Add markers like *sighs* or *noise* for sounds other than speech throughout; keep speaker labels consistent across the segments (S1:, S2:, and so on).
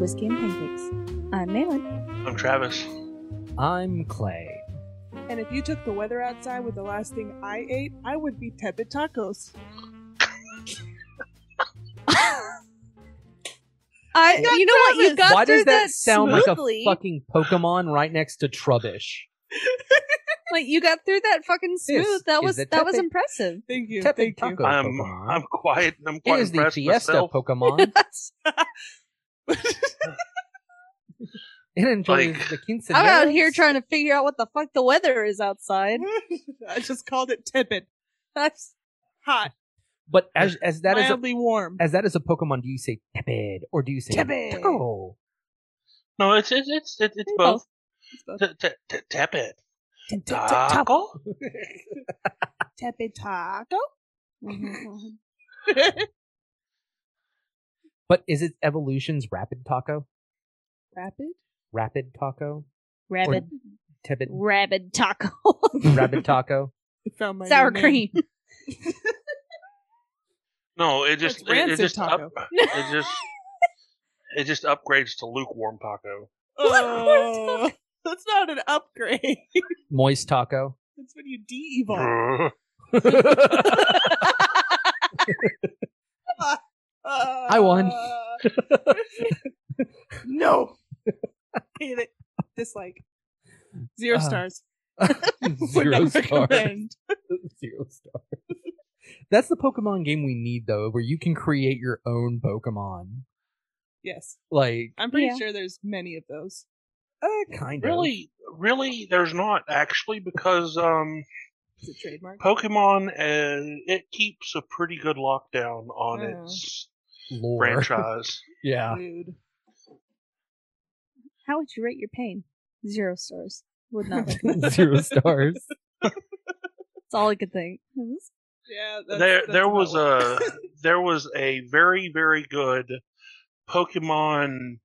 S1: Pancakes. I'm Malin.
S2: I'm Travis.
S3: I'm Clay.
S4: And if you took the weather outside with the last thing I ate, I would be tepid tacos.
S1: I,
S4: Yeah,
S1: you know what? You
S4: Travis.
S1: got
S3: Why
S1: through
S3: does that,
S1: that
S3: sound
S1: smoothly.
S3: like a fucking Pokemon right next to Trubbish?
S1: Like, you got through that fucking smooth.
S3: This
S1: that
S3: is
S1: was
S3: the
S1: that was
S3: tepid-
S1: impressive.
S4: Thank you.
S3: Tepid
S4: Thank
S3: taco
S4: you.
S2: I'm
S3: Pokemon.
S2: I'm quiet. and I'm
S3: it
S2: quite
S3: is the
S2: impressed
S3: Fiesta
S2: myself.
S1: *laughs*
S3: Pokemon. *laughs* It enjoys
S2: Like-
S3: the quinceañeras.
S1: I'm out here trying to figure out what the fuck the weather is *laughs* outside.
S4: *laughs* I just called it tepid.
S1: That's
S4: Hot.
S3: But as as that is a,
S4: mildly warm.
S3: as that is a Pokemon, do you say tepid or do you say
S1: *laughs*
S4: Tepid.
S3: taco?
S2: No, it's it's it's it's, it's both. T- t- t- Tap it. Taco.
S4: tepid taco.
S1: Mm-hmm.
S3: But is it evolution's rapid taco?
S4: *laughs* Rapid.
S3: Rapid taco?
S1: rabbit, *laughs*
S3: Tepid
S1: rabbit taco, *laughs*
S3: rapid taco?
S4: It found my
S1: sour
S4: new name.
S1: *laughs* cream.
S4: *laughs*
S2: No, it just
S4: That's
S2: it, it
S4: rancid
S2: just
S4: taco.
S2: up, *laughs* it just it just upgrades to lukewarm taco.
S4: Oh, that's not an upgrade. *laughs*
S1: *laughs*
S3: Moist taco?
S4: that's when you
S3: *laughs*
S4: de-evolve.
S2: Brr.
S4: Uh,
S3: I won.
S4: no. *laughs* Hate it. Dislike. Zero
S3: Uh,
S4: stars. *laughs* Would
S3: *laughs* Zero
S4: not
S3: stars.
S4: recommend.
S3: *laughs* Zero stars. That's the Pokemon game we need though, where you can create your own Pokemon.
S4: Yes,
S3: Like
S4: I'm pretty
S1: Yeah.
S4: sure there's many of those.
S3: uh, kind of
S2: Really, really, there's not actually because um,
S4: Is it trademark?
S2: Pokemon uh, it keeps a pretty good lockdown on
S4: Oh.
S2: its
S3: lore.
S2: franchise.
S3: *laughs*
S2: *laughs*
S3: Yeah.
S4: Rude.
S3: *laughs*
S1: How would you rate your pain? Zero stars. Would not. recommend.
S3: Zero stars.
S1: *laughs* That's all I could think. *laughs* This
S4: Yeah. That's,
S2: there
S4: that's
S2: there
S4: about
S2: was
S4: what-
S2: a
S4: *laughs*
S2: there was a very very good Pokemon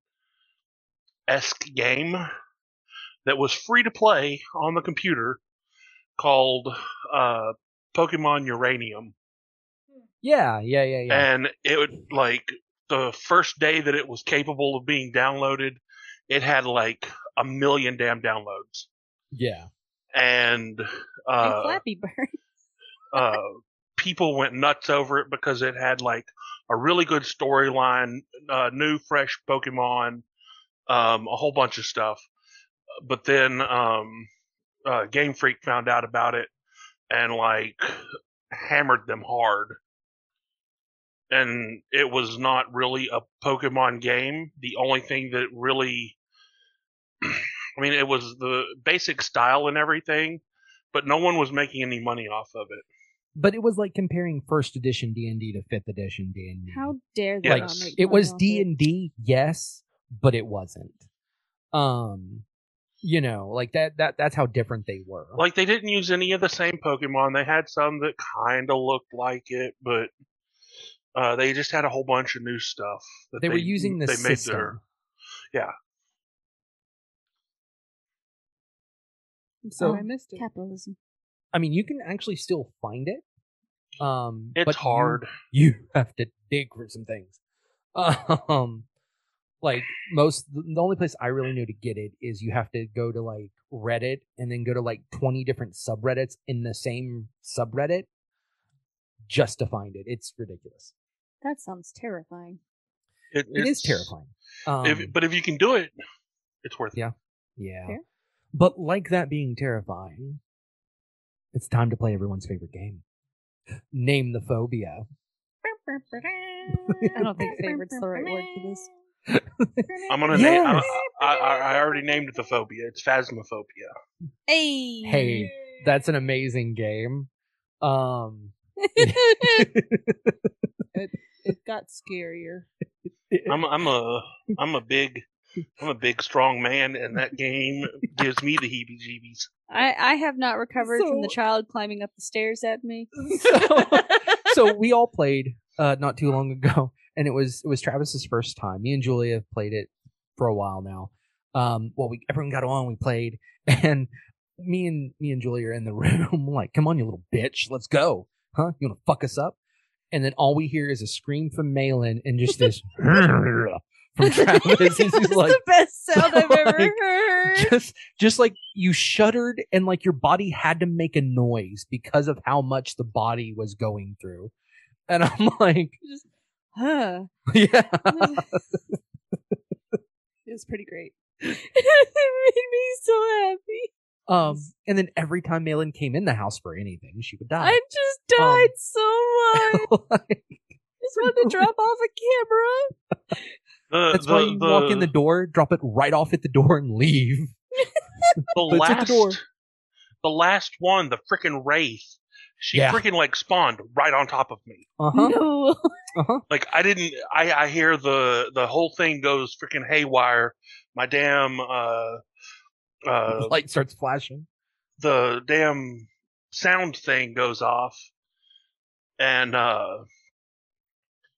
S2: esque game that was free to play on the computer called uh, Pokemon Uranium,
S3: Yeah, yeah, yeah, yeah.
S2: and it would like the first day that it was capable of being downloaded, it had like a million damn downloads,
S3: yeah.
S2: and
S1: and
S2: uh,
S1: Flappy Bird.
S2: uh, people went nuts over it because it had like a really good storyline, uh, new fresh Pokemon, um, a whole bunch of stuff. But then um, uh, Game Freak found out about it and like hammered them hard. And it was not really a Pokemon game. The only thing that really, *clears throat* I mean, it was the basic style and everything, but no one was making any money off of it.
S3: But it was like comparing first edition D and D to fifth edition D and D.
S1: How dare they?
S2: Yes.
S1: not make
S3: it
S1: fun
S3: was
S1: of
S3: D
S1: it.
S3: and D, yes, but it wasn't. Um, you know, like that. That that's how different they were.
S2: Like they didn't use any of the same Pokemon. They had some that kind of looked like it, but uh, they just had a whole bunch of new stuff. That
S3: they, were using the
S2: they made
S3: system.
S2: their-
S4: I'm sorry,
S3: *laughs*
S1: Oh,
S3: so-
S4: I missed it.
S1: capitalism.
S3: I mean, you can actually still find it. Um,
S2: it's
S3: but you-
S2: hard.
S3: you *laughs* have to dig for some things. Um, like most, the only place I really know to get it is you have to go to like Reddit and then go to like 20 different subreddits in the same subreddit just to find it. It's ridiculous.
S1: That sounds terrifying.
S3: It is
S2: it's-
S3: terrifying. Um,
S2: if, but if you can do it, it's worth
S3: Yeah. yeah.
S1: Fair.
S3: But like that being terrifying, it's time to play everyone's favorite game. Name the phobia.
S1: I don't think favorite's the right word for this.
S2: it. I'm gonna name. I, I, I I already named it the phobia. It's phasmophobia.
S1: Hey.
S3: *laughs* Hey, that's an amazing game. Um, *laughs*
S4: It got
S3: *laughs*
S1: *laughs*
S4: scarier.
S2: I'm I'm a I'm a big I'm a big strong man, and that game gives me the heebie-jeebies.
S1: I, I have not recovered from the
S3: So-
S1: child climbing up the stairs at me. *laughs*
S3: so, so we all played uh, not too long ago, *laughs* and it was it was Travis's first time. Me and Julia have played it for a while now. Um, well, we everyone got on, we played, *laughs* and me and me and Julia are in the *laughs* room like, "Come on, you little bitch, let's go, huh? You want to fuck us up?" And then all we hear is a scream from Malin and just this *laughs* from Travis. He's
S1: That's
S3: just like,
S1: the best sound I've ever
S3: like, *laughs*
S1: heard.
S3: just just like you shuddered and like your body had to make a noise because of how much the body was going through and i'm *laughs* like
S1: Just, huh.
S3: yeah
S4: It was pretty
S3: *laughs*
S4: great.
S1: *laughs* it made me so happy.
S3: um and then every time malin came in the house for anything she would die
S1: I
S3: *laughs*
S1: just died
S3: Um.
S1: so much.
S3: Like,
S1: just wanted to drop off a
S2: The,
S3: that's
S2: the,
S3: why you
S2: the,
S3: walk in the door drop it right off at the door and leave
S2: the
S3: it's
S2: last
S3: at the door.
S2: the last one, the freaking wraith. She
S3: Yeah.
S2: freaking like spawned right on top of me.
S3: uh-huh
S1: *laughs* camera. No.
S3: uh-huh
S2: Like I didn't. I I hear the the whole thing goes freaking haywire. My damn uh uh
S3: light starts flashing
S2: the damn sound thing goes off and uh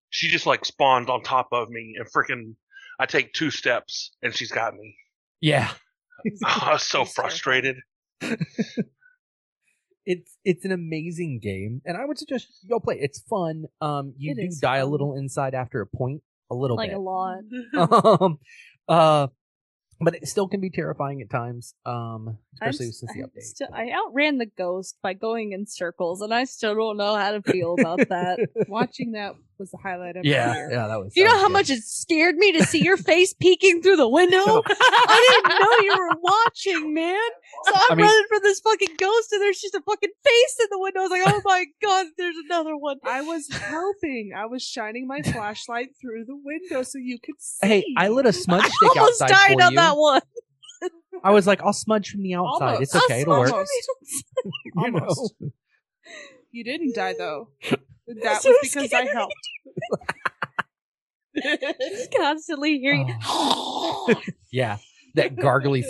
S2: she just like spawned on top of me and freaking I take two steps and she's got
S3: *laughs*
S2: me. *laughs*
S3: yeah
S2: I was so
S4: She's terrified.
S2: frustrated.
S3: it's it's an amazing game and i would suggest y'all play it. it's fun um you
S1: It
S3: do
S1: is
S3: die a
S1: fun.
S3: little inside after a point a little
S1: Like
S3: bit
S1: a lot. *laughs*
S3: *laughs* um, uh, but it still can be terrifying at times, um, especially
S1: I'm s-
S3: since the
S1: I'm
S3: update.
S1: still- I outran the ghost by going in circles, and I still don't know how to feel about that.
S4: Watching that was the highlight of my
S3: yeah,
S4: year.
S3: yeah, that was.
S1: Do you
S3: that
S1: know
S3: was
S1: how
S3: good.
S1: much it scared me to see your face peeking through the window?
S3: *laughs*
S1: *laughs* I didn't know you were watching, man. So I'm
S3: I mean-
S1: running from this fucking ghost, and there's just a fucking face in the window. I was like, oh my god, there's another one.
S4: I was helping. I was shining my flashlight through the window so you could see.
S3: Hey, I
S1: *laughs*
S3: lit a
S1: *laughs*
S3: smudge
S1: I
S3: stick
S1: almost
S3: outside
S1: died
S3: for
S1: on
S3: you.
S1: that one. *laughs*
S3: I was like, I'll smudge from the outside.
S4: Almost.
S3: It's
S1: I'll
S3: okay, it'll work.
S1: smudge *laughs*
S3: *laughs* You know?
S4: Almost. You didn't die
S3: *laughs*
S4: though. That
S1: so
S4: was because I
S1: scared. *laughs*
S4: helped.
S1: Just constantly hearing.
S3: Oh,
S1: *gasps*
S3: *laughs* Yeah, that gargly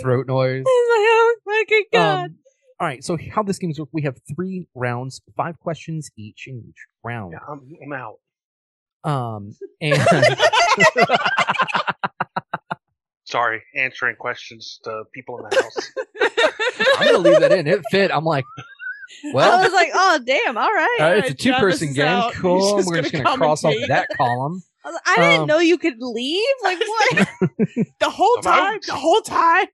S1: *laughs*
S3: throat noise.
S1: I was like, oh my good god.
S3: Um, all right, so how this game's work? We have three rounds, five questions each in each round.
S2: Yeah, I'm, I'm out.
S1: *laughs*
S3: Um, and *laughs*
S2: Sorry, answering questions to people in the house. *laughs*
S3: I'm gonna leave that in. It fit. I'm like, well,
S1: I was like, oh damn, all right.
S3: All right, *laughs* it's a
S4: Alright,
S3: two
S4: John,
S3: person
S4: this is
S3: game. *laughs*
S4: out.
S3: Cool.
S4: He's just
S3: We're just
S4: gonna
S3: going to cross off
S4: commentate.
S3: that column. *sighs*
S1: I, was like, I didn't
S3: Um,
S1: know you could leave. Like
S3: *laughs*
S1: what?
S4: *laughs* The whole
S2: I'm
S4: time,
S2: out.
S4: the whole time.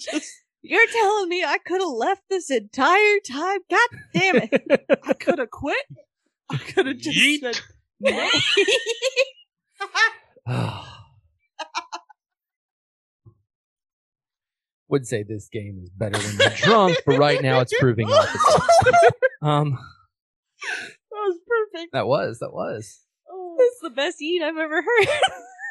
S4: Just,
S1: You're telling me I could have left this entire time? God damn it!
S3: *laughs*
S4: I could have quit. I could have just
S2: Yeet.
S4: said no.
S3: Would say this game is better when you're drunk, but right now it's
S4: *laughs*
S3: proving opposite. *laughs* Um,
S4: That was perfect.
S3: that was that was.
S4: Oh,
S1: this is the best eat I've ever heard.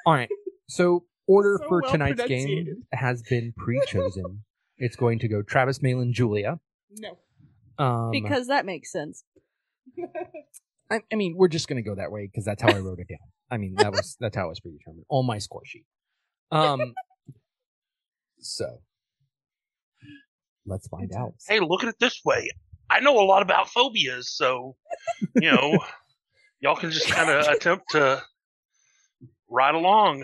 S3: All right. So order
S4: So
S3: for
S4: well
S3: tonight's game
S4: pronunciated.
S3: has been *laughs* pre-chosen. it's going to go Travis, Malin, Julia.
S4: no.
S3: Um,
S1: because that makes sense.
S3: I, I mean, we're just gonna go that way because that's how I wrote it down. I mean, that was that's how it was predetermined on my score sheet. Um,
S1: *laughs*
S3: so let's find out.
S2: Hey, look at it this way. I know a lot about phobias, so you know, y'all can just kind of attempt to ride along.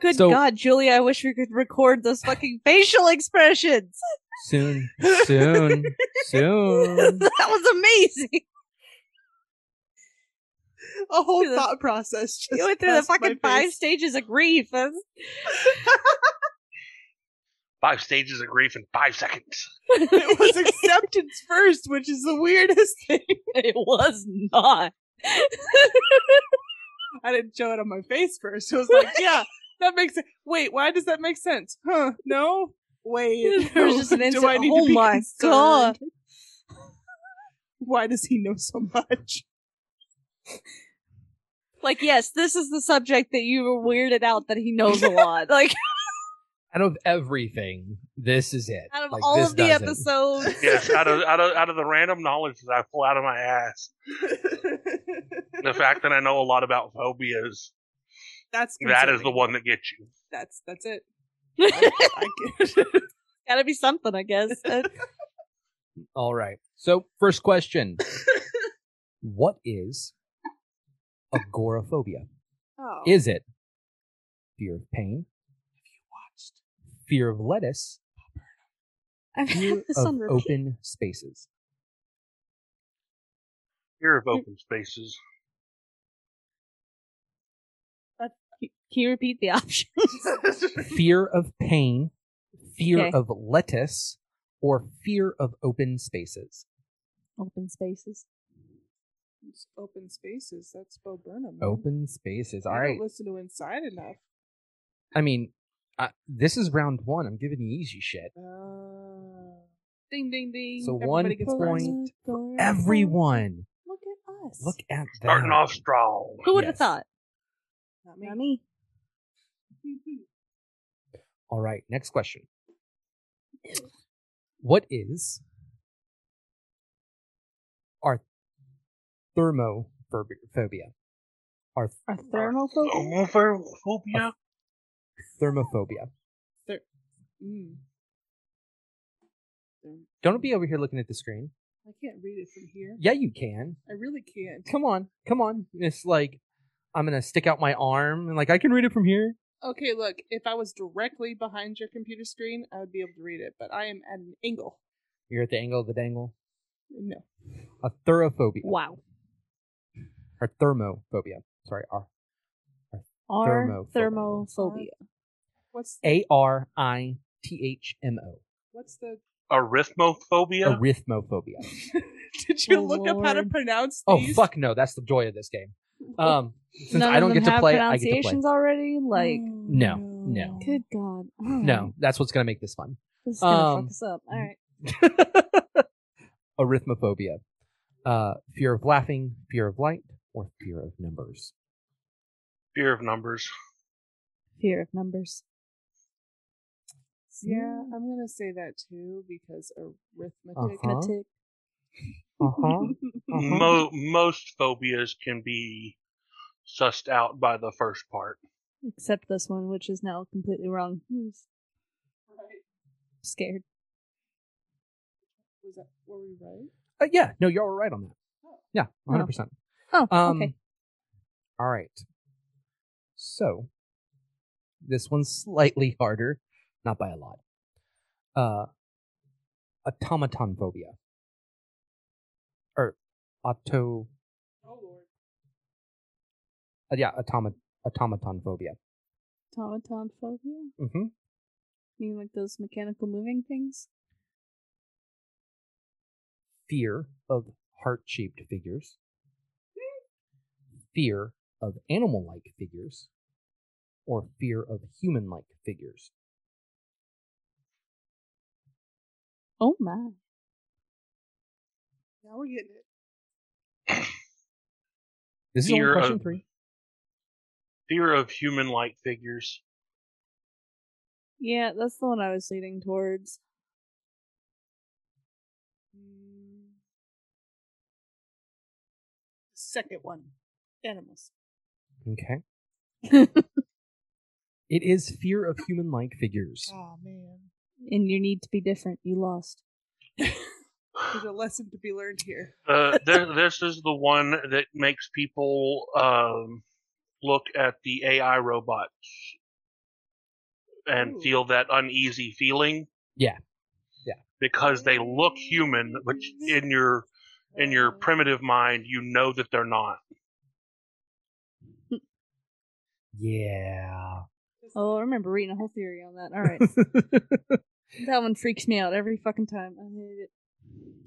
S1: Good
S3: So-
S1: God, Julie, I wish we could record those fucking facial expressions. *laughs*
S3: Soon, soon, soon.
S1: that was amazing.
S4: A whole
S1: Through the-
S4: thought process. Just
S1: You went through the
S4: passed my
S1: fucking five
S4: face.
S1: stages of grief. *laughs* That's-
S2: Five stages of grief in five seconds.
S4: *laughs*
S1: *laughs*
S4: It was acceptance first, which is the weirdest thing.
S1: it was not. *laughs*
S4: I didn't show it on my face first. I was like, yeah, that makes sense. Wait, why does that make sense? Huh? No. Wait.
S1: There was just an
S4: *laughs* Do
S1: instant.
S4: I need to
S1: Oh
S4: be
S1: my
S4: concerned?
S1: god!
S4: Why does he know so
S1: *laughs*
S4: much?
S1: Like, yes, this is the subject that you were weirded out that he knows a lot. Like,
S3: Out of everything, this is it.
S1: out of
S3: Like,
S1: all
S3: this
S1: of the
S3: does it.
S1: episodes, *laughs*
S2: Yes, out of out of out of the random knowledge that I pull out of my ass, the fact that I know a lot about phobias,
S4: that's
S2: that is the
S4: concerning.
S2: one that gets you.
S4: That's that's it.
S1: gotta be something, I guess. Uh,
S3: *laughs*
S1: *laughs*
S3: All right. So,
S1: *laughs*
S3: first question: What is agoraphobia?
S4: Oh.
S3: Is it fear of pain? Fear of lettuce?
S1: I've had *laughs*
S3: Fear
S1: this
S3: of
S1: on repeat.
S3: open spaces?
S2: Fear of open spaces.
S1: Can you repeat the option? *laughs*
S3: fear of pain, fear
S1: Okay.
S3: of lettuce, or fear of open spaces.
S1: Open spaces.
S4: It's open spaces. That's Bo Burnham. man.
S3: Open spaces.
S4: I
S3: All right.
S4: Don't listen to Inside enough.
S3: I mean, uh, this is round one. I'm giving you easy shit.
S4: Uh, ding ding ding.
S3: So
S4: Everybody
S3: one
S4: gets
S3: point.
S4: first.
S3: Everyone,
S4: Look at us.
S3: look at that.
S2: Starting off strong.
S1: Who would have
S3: Yes.
S1: thought?
S4: Not me.
S1: Not me.
S4: *laughs*
S3: All right. Next question. What is our thermophobia? Our
S1: Our thermophobia.
S2: Homophobia?
S3: thermophobia.
S4: Mm.
S3: Don't be over here looking at the screen.
S4: I can't read it from here.
S3: Yeah, you can.
S4: I really can't.
S3: Come on, come on. It's like I'm gonna stick out my arm and like I can read it from here.
S4: Okay, look. If I was directly behind your computer screen, I would be able to read it. But I am at an angle.
S3: You're at the angle of the dangle.
S4: No.
S3: A thermophobia.
S1: Wow.
S3: Or thermophobia. Sorry, R
S1: Our
S3: Thermophobia.
S1: thermophobia.
S4: What's
S3: A R I T H M O.
S4: what's
S1: *laughs*
S4: the?
S2: Arithmophobia?
S3: Arithmophobia.
S4: *laughs* Did you
S1: Oh,
S4: look up how to
S1: Lord.
S4: pronounce
S3: Oh
S4: these?
S3: fuck no, that's the joy of this
S1: *laughs*
S3: game. Um since
S1: None
S3: I
S1: of
S3: don't
S1: them
S3: get to
S1: have
S3: play, I get to play.
S1: pronunciations already. *laughs* Like,
S4: Mm.
S3: no, no.
S1: good God. *sighs* All right.
S3: No, that's what's gonna make
S1: *laughs*
S3: this fun.
S1: This is gonna
S3: Um,
S1: fuck us up. All right.
S3: Arithmophobia. Uh fear of laughing, fear of light, or fear of numbers.
S2: Fear of numbers.
S1: Fear of numbers.
S4: Yeah, I'm gonna say that too because arithmetic.
S3: Uh-huh.
S1: Matic.
S3: Uh-huh. Uh-huh.
S2: Mo- most phobias can be sussed out by the first part.
S1: Except this one, which is now completely wrong. *laughs* I'm
S4: Right.
S1: scared.
S4: *laughs* Was that were we right?
S3: Uh, yeah, no, you're all right on that. Yeah, 100. percent
S1: Oh,
S3: Um,
S1: okay.
S3: All right. So, this one's slightly harder, not by a lot. Uh, automaton phobia, or auto,
S4: Oh lord.
S3: uh, yeah, automa automaton phobia.
S1: Automaton phobia?
S3: Mm-hmm.
S1: You mean like those mechanical moving things?
S3: Fear of heart-shaped figures. Fear of animal-like figures, or fear of human-like figures.
S1: Oh my.
S4: Now we're getting it.
S3: This is only
S2: Fear
S3: question
S2: of-
S3: three.
S2: Fear of human like figures.
S1: Yeah, that's the one I was leading towards. *laughs*
S4: Mm. Second one. Animals.
S3: Okay. it is fear of human like figures.
S4: Oh man.
S1: And your need to be different, you lost.
S4: There's a lesson to be learned here.
S2: Uh,
S3: *laughs*
S2: th- this is the one that makes people um, look at the AI robots and
S4: Ooh.
S2: feel that uneasy feeling.
S3: Yeah. Yeah.
S2: Because they look human, but in your in your
S3: Oh.
S4: Uh,
S2: primitive mind, you know that they're not.
S3: *laughs* Yeah.
S4: this-
S1: Oh, I remember reading a whole theory on that. All
S3: *laughs*
S1: right. that one freaks me out every fucking time. I hate it.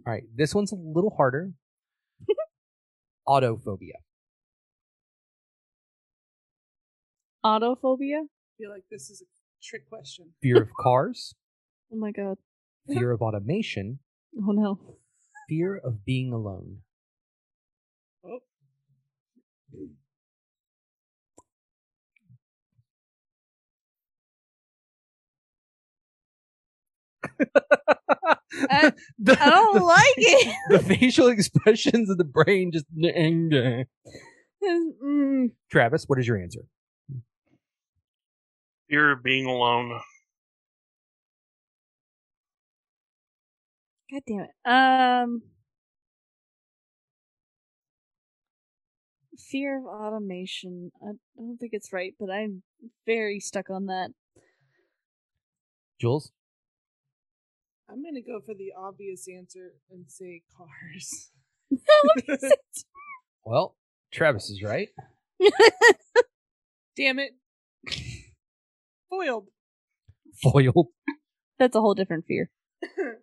S3: All right. This one's a little harder. *laughs* Autophobia.
S1: Autophobia?
S4: I feel like this is a trick question.
S3: Fear of cars,
S1: Oh my god.
S3: fear of automation,
S1: Oh no.
S3: fear of being alone.
S4: Oh.
S1: Uh, I- I *laughs* don't like it.
S3: The facial *laughs* expressions of the brain just.
S1: Mm,
S3: Travis, what is your answer?
S2: Fear of being alone.
S1: God damn it. Um, fear of automation. I don't think it's right, but I'm very stuck on that.
S3: Jules?
S4: I'm gonna go for the obvious answer and say cars. *laughs*
S3: *laughs* Well, Travis is right.
S4: Damn it. Foiled.
S3: Foiled.
S1: That's a whole different fear.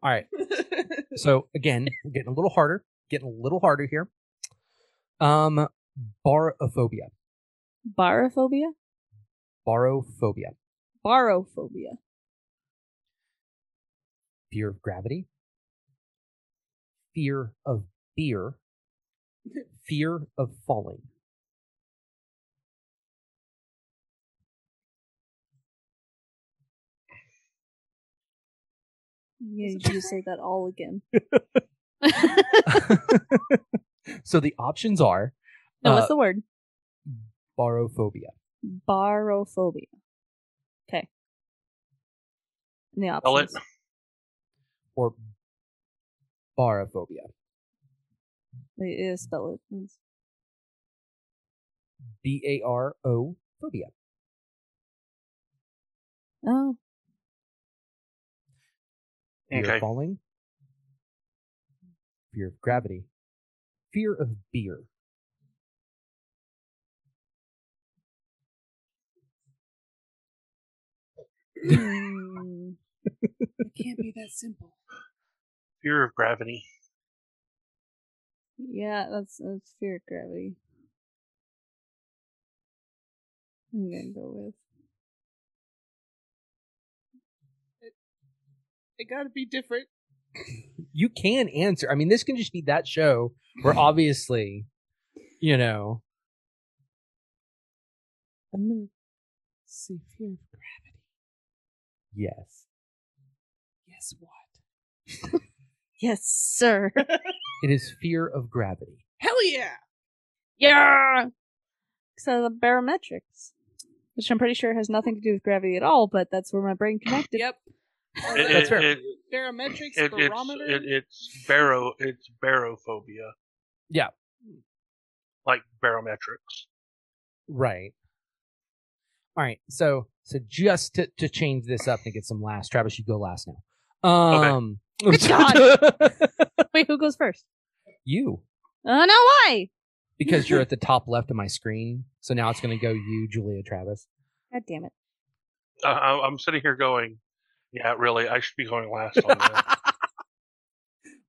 S3: All right.
S4: Hmm.
S3: So again, we're getting a little harder, getting a little harder here. Um, barophobia.
S1: Barophobia?
S3: Barophobia.
S1: Barophobia.
S3: Fear of gravity. Fear of beer. Fear of falling. *laughs*
S1: You need to say that all *laughs* again.
S3: so the options are
S1: no, what's
S3: Uh,
S1: the word?
S3: barophobia.
S1: Barophobia. Okay. And the
S2: Spell it.
S1: options.
S3: or barophobia.
S1: Wait, yeah, spell it.
S3: B A R O phobia.
S1: Oh,
S3: Fear
S2: Okay.
S3: of falling. Fear of gravity. Fear of beer.
S1: Hmm.
S4: It can't be that simple.
S2: Fear of gravity.
S1: yeah, that's, that's fear of gravity. I'm gonna go with
S4: It got to be different.
S3: You can answer. I mean, this can just be that show where obviously, you know,
S4: I'm gonna say fear of gravity.
S3: yes.
S4: Yes, what?
S1: yes, sir. *laughs*
S3: It is fear of gravity.
S4: Hell yeah!
S1: yeah. So uh, the barometrics, which I'm pretty sure has nothing to do with gravity at all, but that's where my brain connected. *laughs*
S4: *laughs* Yep. Oh,
S2: It,
S3: That's
S2: it-
S3: fair.
S2: it-
S4: Barometrics,
S2: it- it's,
S4: barometer.
S2: it- it's baro. It's barophobia.
S3: Yeah.
S2: Like barometrics.
S3: Right. All right. So so just to, to change this up and get some last, Travis, you go last now. Um *laughs*
S1: Good God. Wait, who goes first?
S3: you.
S1: Oh no, why?
S3: because you're at the top left of my screen. So now it's going to go you, Julia Travis.
S1: God damn it!
S2: Uh, I, I'm sitting here going, yeah, really, I should be going last on that.
S3: *laughs*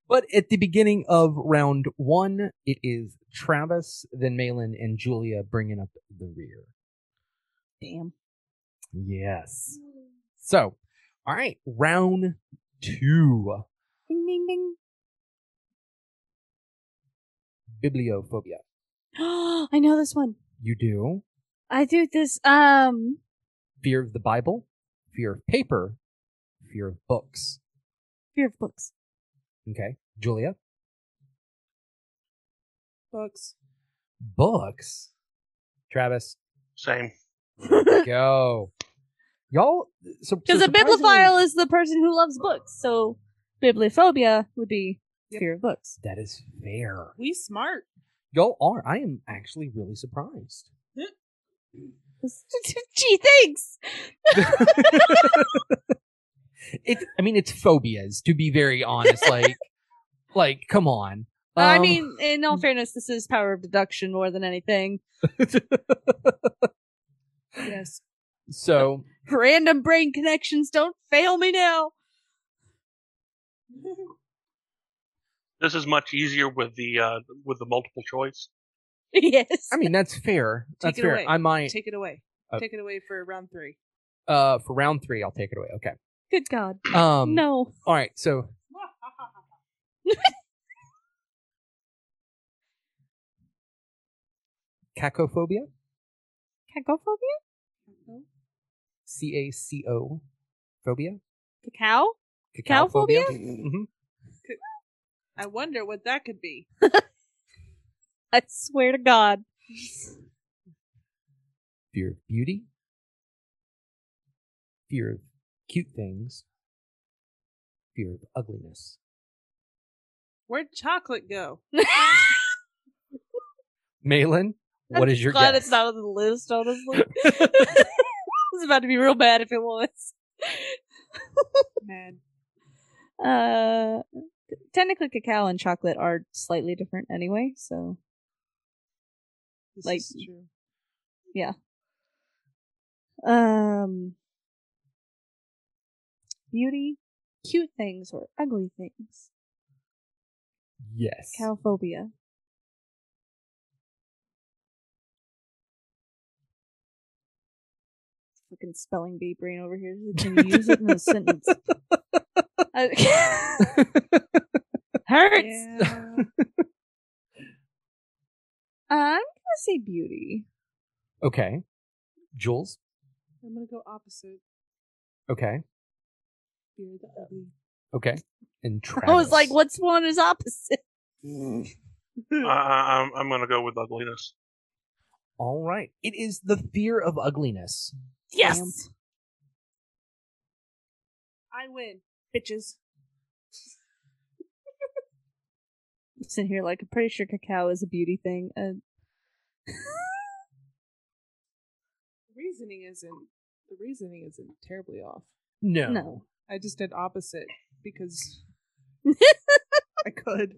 S3: But at the beginning of round one, it is Travis, then Malin, and Julia bringing up the rear.
S1: Damn.
S3: Yes. So, all right, round two
S1: Bing, bing, bing.
S3: bibliophobia.
S1: *gasps* I know this one.
S3: You do
S1: I do this. Um,
S3: fear of the Bible, fear of paper, fear of books.
S1: fear of
S4: *laughs*
S1: books. *laughs*
S3: Okay. Julia,
S4: Books.
S3: books. Travis,
S2: Same.
S3: go. Y'all, so
S1: Because
S3: so
S1: a bibliophile is the person who loves books, so bibliophobia would be
S4: Yep.
S1: fear of books. *laughs*
S3: surprisingly, that is fair.
S4: We smart.
S3: Y'all are. I am actually really surprised.
S1: Gee, thanks.
S3: It. I mean, it's phobias. To be very honest, like,
S1: *laughs*
S3: like, come on.
S1: I
S3: Um,
S1: mean, in all fairness, this is power of deduction more than anything.
S4: Yes.
S3: *laughs* so
S1: Random brain connections don't fail me now. *laughs*
S2: This is much easier with the uh, with the multiple choice.
S1: yes.
S3: I mean that's fair. That's
S4: it
S3: fair.
S4: away.
S3: I might
S4: Take it away.
S3: Uh,
S4: Take it away for round three.
S3: uh for round three. I'll take it away. Okay.
S1: Good God.
S3: Um.
S1: no.
S3: All right. So cacophobia.
S1: Cacophobia?
S3: C A C O. Phobia.
S1: Cacao?
S3: Cacophobia?
S1: Cacophobia?
S3: Mhm.
S4: I wonder what that could be.
S1: I swear to God.
S3: fear of beauty, fear of cute things, fear of ugliness.
S4: Where'd chocolate go?
S3: Malin, what is your
S1: glad
S3: guess?
S1: it's not on the list,
S3: *laughs*
S1: honestly. *laughs* it's about to be real bad if it was.
S4: Man.
S1: Uh, technically, cacao and chocolate are slightly different anyway, so.
S4: This
S1: Like-
S4: is true.
S1: Um, beauty, cute things or ugly things.
S3: Yes.
S1: *laughs* Cowphobia. Fucking spelling bee brain over here. Can you use it in a sentence? I- Hurts.
S4: Yeah.
S1: *laughs* I'm gonna say beauty.
S3: *laughs* okay. Jules.
S4: I'm gonna go opposite.
S3: Okay.
S4: You're the ugly.
S3: Okay. And
S1: *laughs*
S3: Travis.
S1: I was like, what's one is opposite? *laughs*
S2: I, I, I'm I'm gonna go with ugliness.
S3: All right. It is the fear of ugliness.
S1: Yes.
S4: I win, bitches.
S1: Sitting here like I'm pretty sure cacao is a beauty thing. Uh, And
S4: Reasoning isn't the reasoning isn't terribly off.
S3: No.
S1: No.
S4: I just did opposite because I could.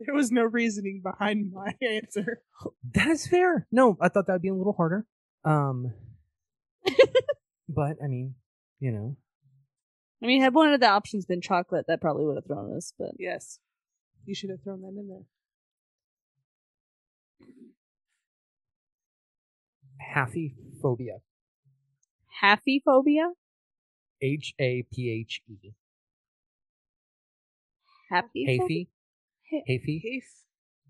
S4: There was no reasoning behind my *laughs* answer.
S3: That is fair. No, I thought that would be a little harder.
S1: *laughs*
S3: Um but I mean, you know.
S1: I mean, had one of the options been chocolate, that probably would have thrown us. But
S4: Yes, you should have thrown that in there.
S3: Happy phobia.
S1: happy phobia,
S3: H A P H E.
S1: happy, phobia?
S3: Hafy.
S1: Ha-
S3: Hafy.
S4: Hafe.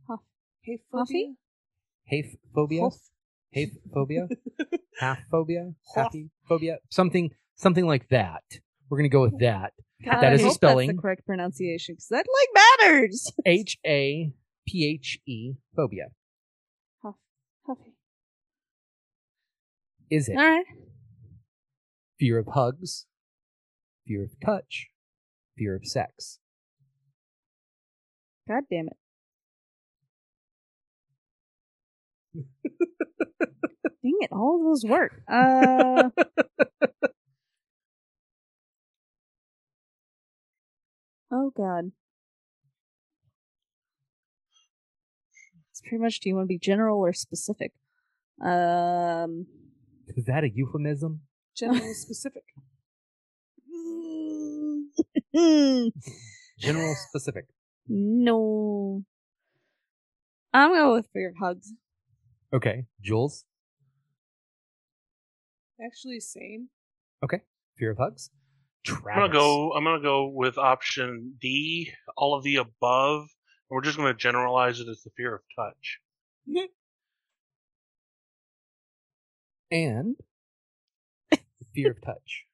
S1: Huff.
S4: Hafe
S1: Huffy?
S3: Haf phobia. Haf
S1: *laughs*
S3: phobia. Half phobia.
S4: Huff.
S3: Happy phobia. Something something like that. We're gonna go with
S1: *laughs*
S3: that.
S1: God,
S4: That is
S1: I hope
S4: a
S1: That's
S3: spelling.
S1: the correct pronunciation because that like matters.
S3: H A P H E phobia.
S1: Huffy.
S3: Is it
S1: All right.
S3: fear of hugs, fear of touch, fear of sex?
S1: God damn
S3: *laughs*
S1: it. Dang it! All of those work. Uh, oh God. It's pretty much. Do you want to be general or specific? Um.
S3: *laughs*
S1: *laughs*
S3: Is that a euphemism?
S4: General specific.
S3: General specific.
S1: no. I'm going with fear of hugs.
S3: Okay, Jules,
S4: Actually, same.
S3: fear of hugs.
S2: I'm
S3: Travis.
S2: gonna go. I'm gonna go with option D. All of the above. And we're just gonna generalize it as the fear of touch.
S1: *laughs*
S3: and fear of touch.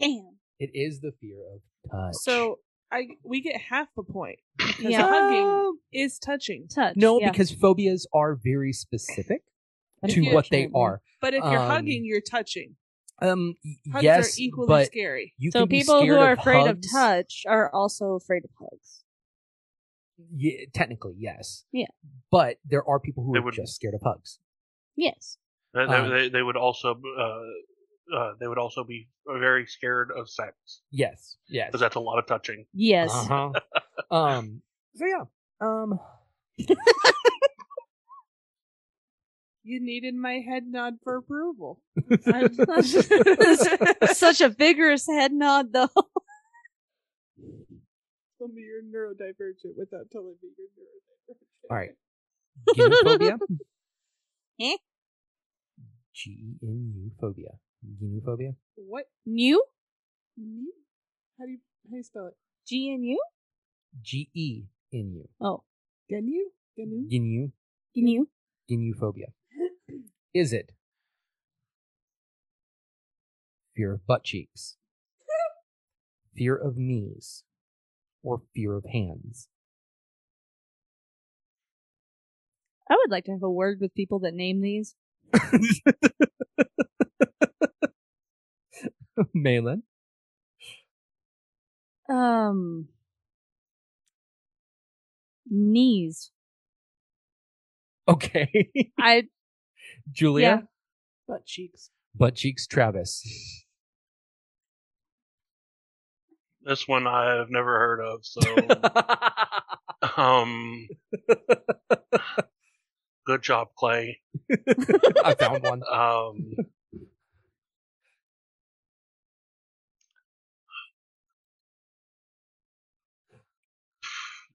S1: Damn.
S3: It is the fear of touch.
S4: So I we get half a point because
S1: Yeah.
S4: hugging is touching.
S1: Touch.
S3: no,
S1: yeah.
S3: because phobias are very specific to what they
S1: Unfortunately.
S3: are.
S4: But if you're
S3: Um,
S4: hugging, you're touching.
S3: Um, y-
S4: Hugs
S3: yes,
S4: are equally
S3: but
S4: scary.
S3: you
S1: So
S3: can be
S1: people who
S3: scared
S1: are
S3: of
S1: afraid
S3: hugs.
S1: of touch are also afraid of hugs.
S3: Ye- technically, yes.
S1: Yeah.
S3: But there are people who
S2: They
S3: are
S2: would-
S3: just scared of hugs.
S1: Yes.
S2: They, they-
S3: Uh.
S2: they, they would also. Uh, uh, they would also be very scared of sex
S3: Yes. Yes.
S2: because that's a lot of touching.
S1: Yes. *laughs*
S3: Uh-huh. um. So yeah. Um.
S4: You needed my head nod for approval.
S1: Such a vigorous head nod, though. *laughs*
S4: Tell me you're neurodivergent without telling me you're neurodivergent.
S1: *laughs*
S3: All right. Genophobia.
S1: Eh?
S3: G E N U phobia. Genophobia.
S4: What?
S1: New?
S4: New? How do you how do you spell it?
S1: G and U?
S3: G E N U.
S1: Oh.
S4: Genu?
S1: Hmm?
S4: Genu?
S3: Genu.
S1: New?
S3: Genophobia. Is it fear of butt cheeks, fear of knees, or fear of hands? *laughs*
S1: I would like to have a word with people that name these.
S3: Malin.
S1: Um. Knees.
S3: Okay. *laughs*
S1: I.
S3: Julia.
S1: Yeah.
S4: Butt cheeks.
S3: Butt cheeks. Travis.
S1: *laughs*
S2: This one I have never heard of.
S3: *laughs*
S2: So, um, good job, Clay.
S3: *laughs* I found one.
S2: Um,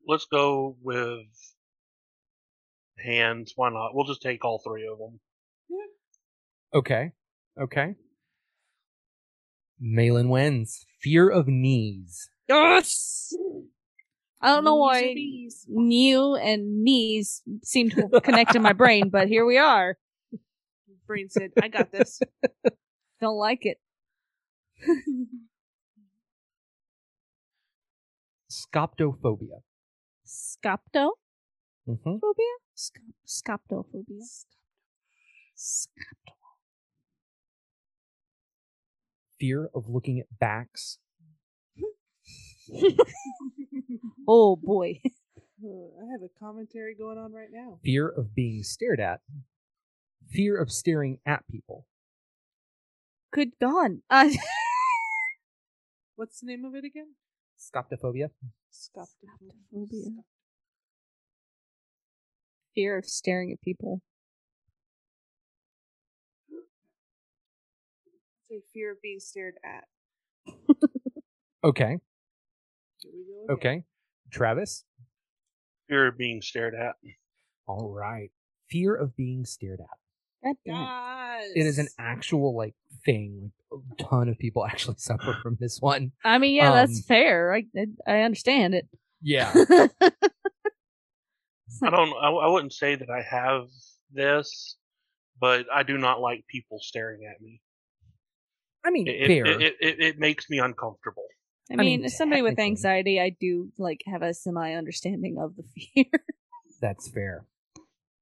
S2: let's go with hands. Why not? We'll just take all three of them.
S3: Okay. Okay. Malin wins. Fear of knees.
S1: Yes. I don't know why new and knees seem to connect in my brain, but here we are.
S4: Brain said, "I got this."
S1: Don't like it. *laughs*
S3: Scoptophobia.
S1: Scoptophobia?
S3: Mm-hmm.
S1: Scop- scoptophobia. Scopto-
S3: Fear of looking at backs.
S1: oh boy. *laughs*
S4: Uh, *laughs* I have a commentary going on right now.
S3: Fear of being stared at. Fear of staring at people.
S1: Good God. *laughs* Uh,
S4: What's the name of it again?
S3: Scoptophobia.
S4: Scoptophobia.
S1: fear of staring at people.
S4: It's a fear of being stared at.
S3: Okay.
S4: Here we go. again.
S3: Okay. Travis.
S2: Fear of being stared at.
S3: All right. Fear of being stared at.
S1: God damn it.
S4: Yes.
S3: It is an actual like thing. A ton of people *laughs* actually suffer from this one.
S1: I mean, yeah,
S3: Um,
S1: that's fair. I, I, I understand it. *laughs*
S3: Yeah.
S2: I don't. I, I wouldn't say that I have this, but I do not like people staring at me.
S3: I mean,
S2: It
S3: fair.
S2: it, it, it, it makes me uncomfortable.
S1: I mean,
S3: mean,
S1: as somebody with
S3: technically.
S1: anxiety, I do like have a semi understanding of the *laughs* fear.
S3: That's fair.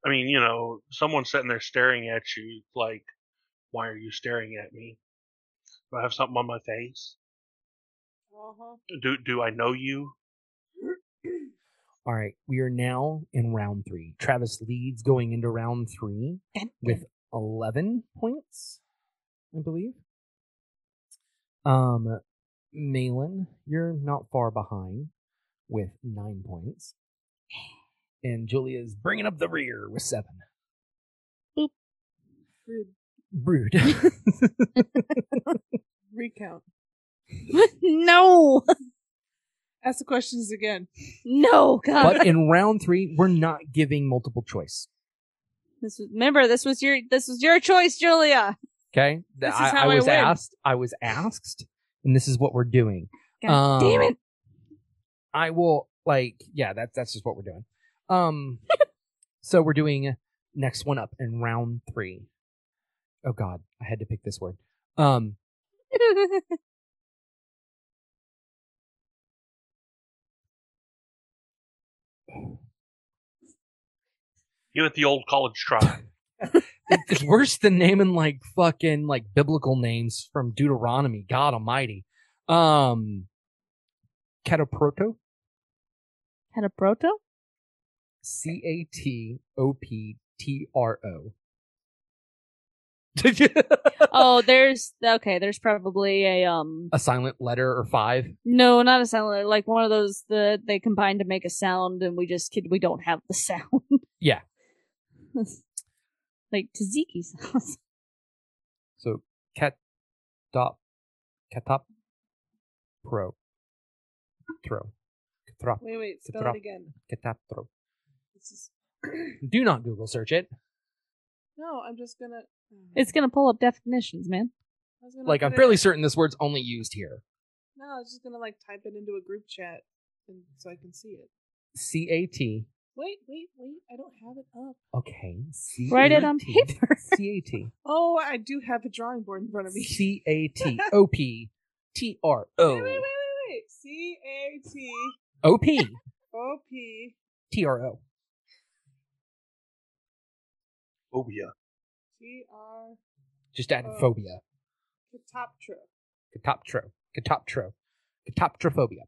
S2: I mean, you know, someone sitting there staring at you, like, why are you staring at me? Do I have something on my face?
S4: Uh-huh.
S2: Do do I know you?
S3: All right. We are now in round three. Travis leads going into round three *laughs* with 11 points, I believe. Um, Malin, you're not far behind with nine points. And Julia's bringing up the rear with seven.
S1: Boop.
S4: *laughs*
S3: Brood.
S4: Recount.
S1: *laughs* no,
S4: Ask the questions again.
S1: no, God.
S3: but in round three, we're not giving multiple choice.
S1: *laughs* This was, remember, this was your this was your choice, Julia.
S3: Okay.
S4: This is
S3: I,
S4: how
S3: I
S4: I
S3: was
S4: win.
S3: asked. I was asked, and this is what we're doing.
S1: God damn
S3: Um,
S1: it! *laughs*
S3: I will like, yeah, that's that's just what we're doing. Um, so we're doing next one up in round three. Oh God, I had to pick this word. Um,
S2: You at the old college try.
S3: it's worse than naming like fucking like biblical names from Deuteronomy. God Almighty. Um, cataproto,
S1: Had a proto?
S3: C A T O P T R O. *laughs*
S1: Oh, there's okay. There's probably a um.
S3: A silent letter or five.
S1: No, not a sound. Like one of those that they combine to make a sound, and we just kid we don't have the sound. *laughs*
S3: Yeah.
S1: like tzatziki sauce.
S3: So cat dot catop pro throw catop
S4: Wait, wait. Spell
S3: Drop.
S4: it again.
S3: catap throw.
S4: This is...
S3: *clears throat* Do not Google search it.
S4: No, I'm just gonna.
S1: *laughs*
S4: oh.
S1: It's gonna pull up definitions, man.
S4: I was gonna
S3: Like I'm
S4: put it-
S3: fairly certain this word's only used here.
S4: No, I was just gonna like type it into a group chat, and so I can see it.
S3: C A T.
S4: Wait, wait, wait. I don't have it up.
S3: Okay. C-A-T.
S1: Write it
S3: *laughs*
S1: on paper.
S3: C A
S4: *laughs*
S3: T.
S4: Oh, I do have a drawing board in front of me.
S3: C A T O P T R O
S4: Wait, wait, wait, wait, wait. C A T
S3: O P
S4: O P
S3: T R O.
S2: Phobia.
S4: T R
S3: Just add
S4: Oh.
S3: phobia.
S4: Catoptra.
S3: Catoptro. Catoptro. Catoptrophobia.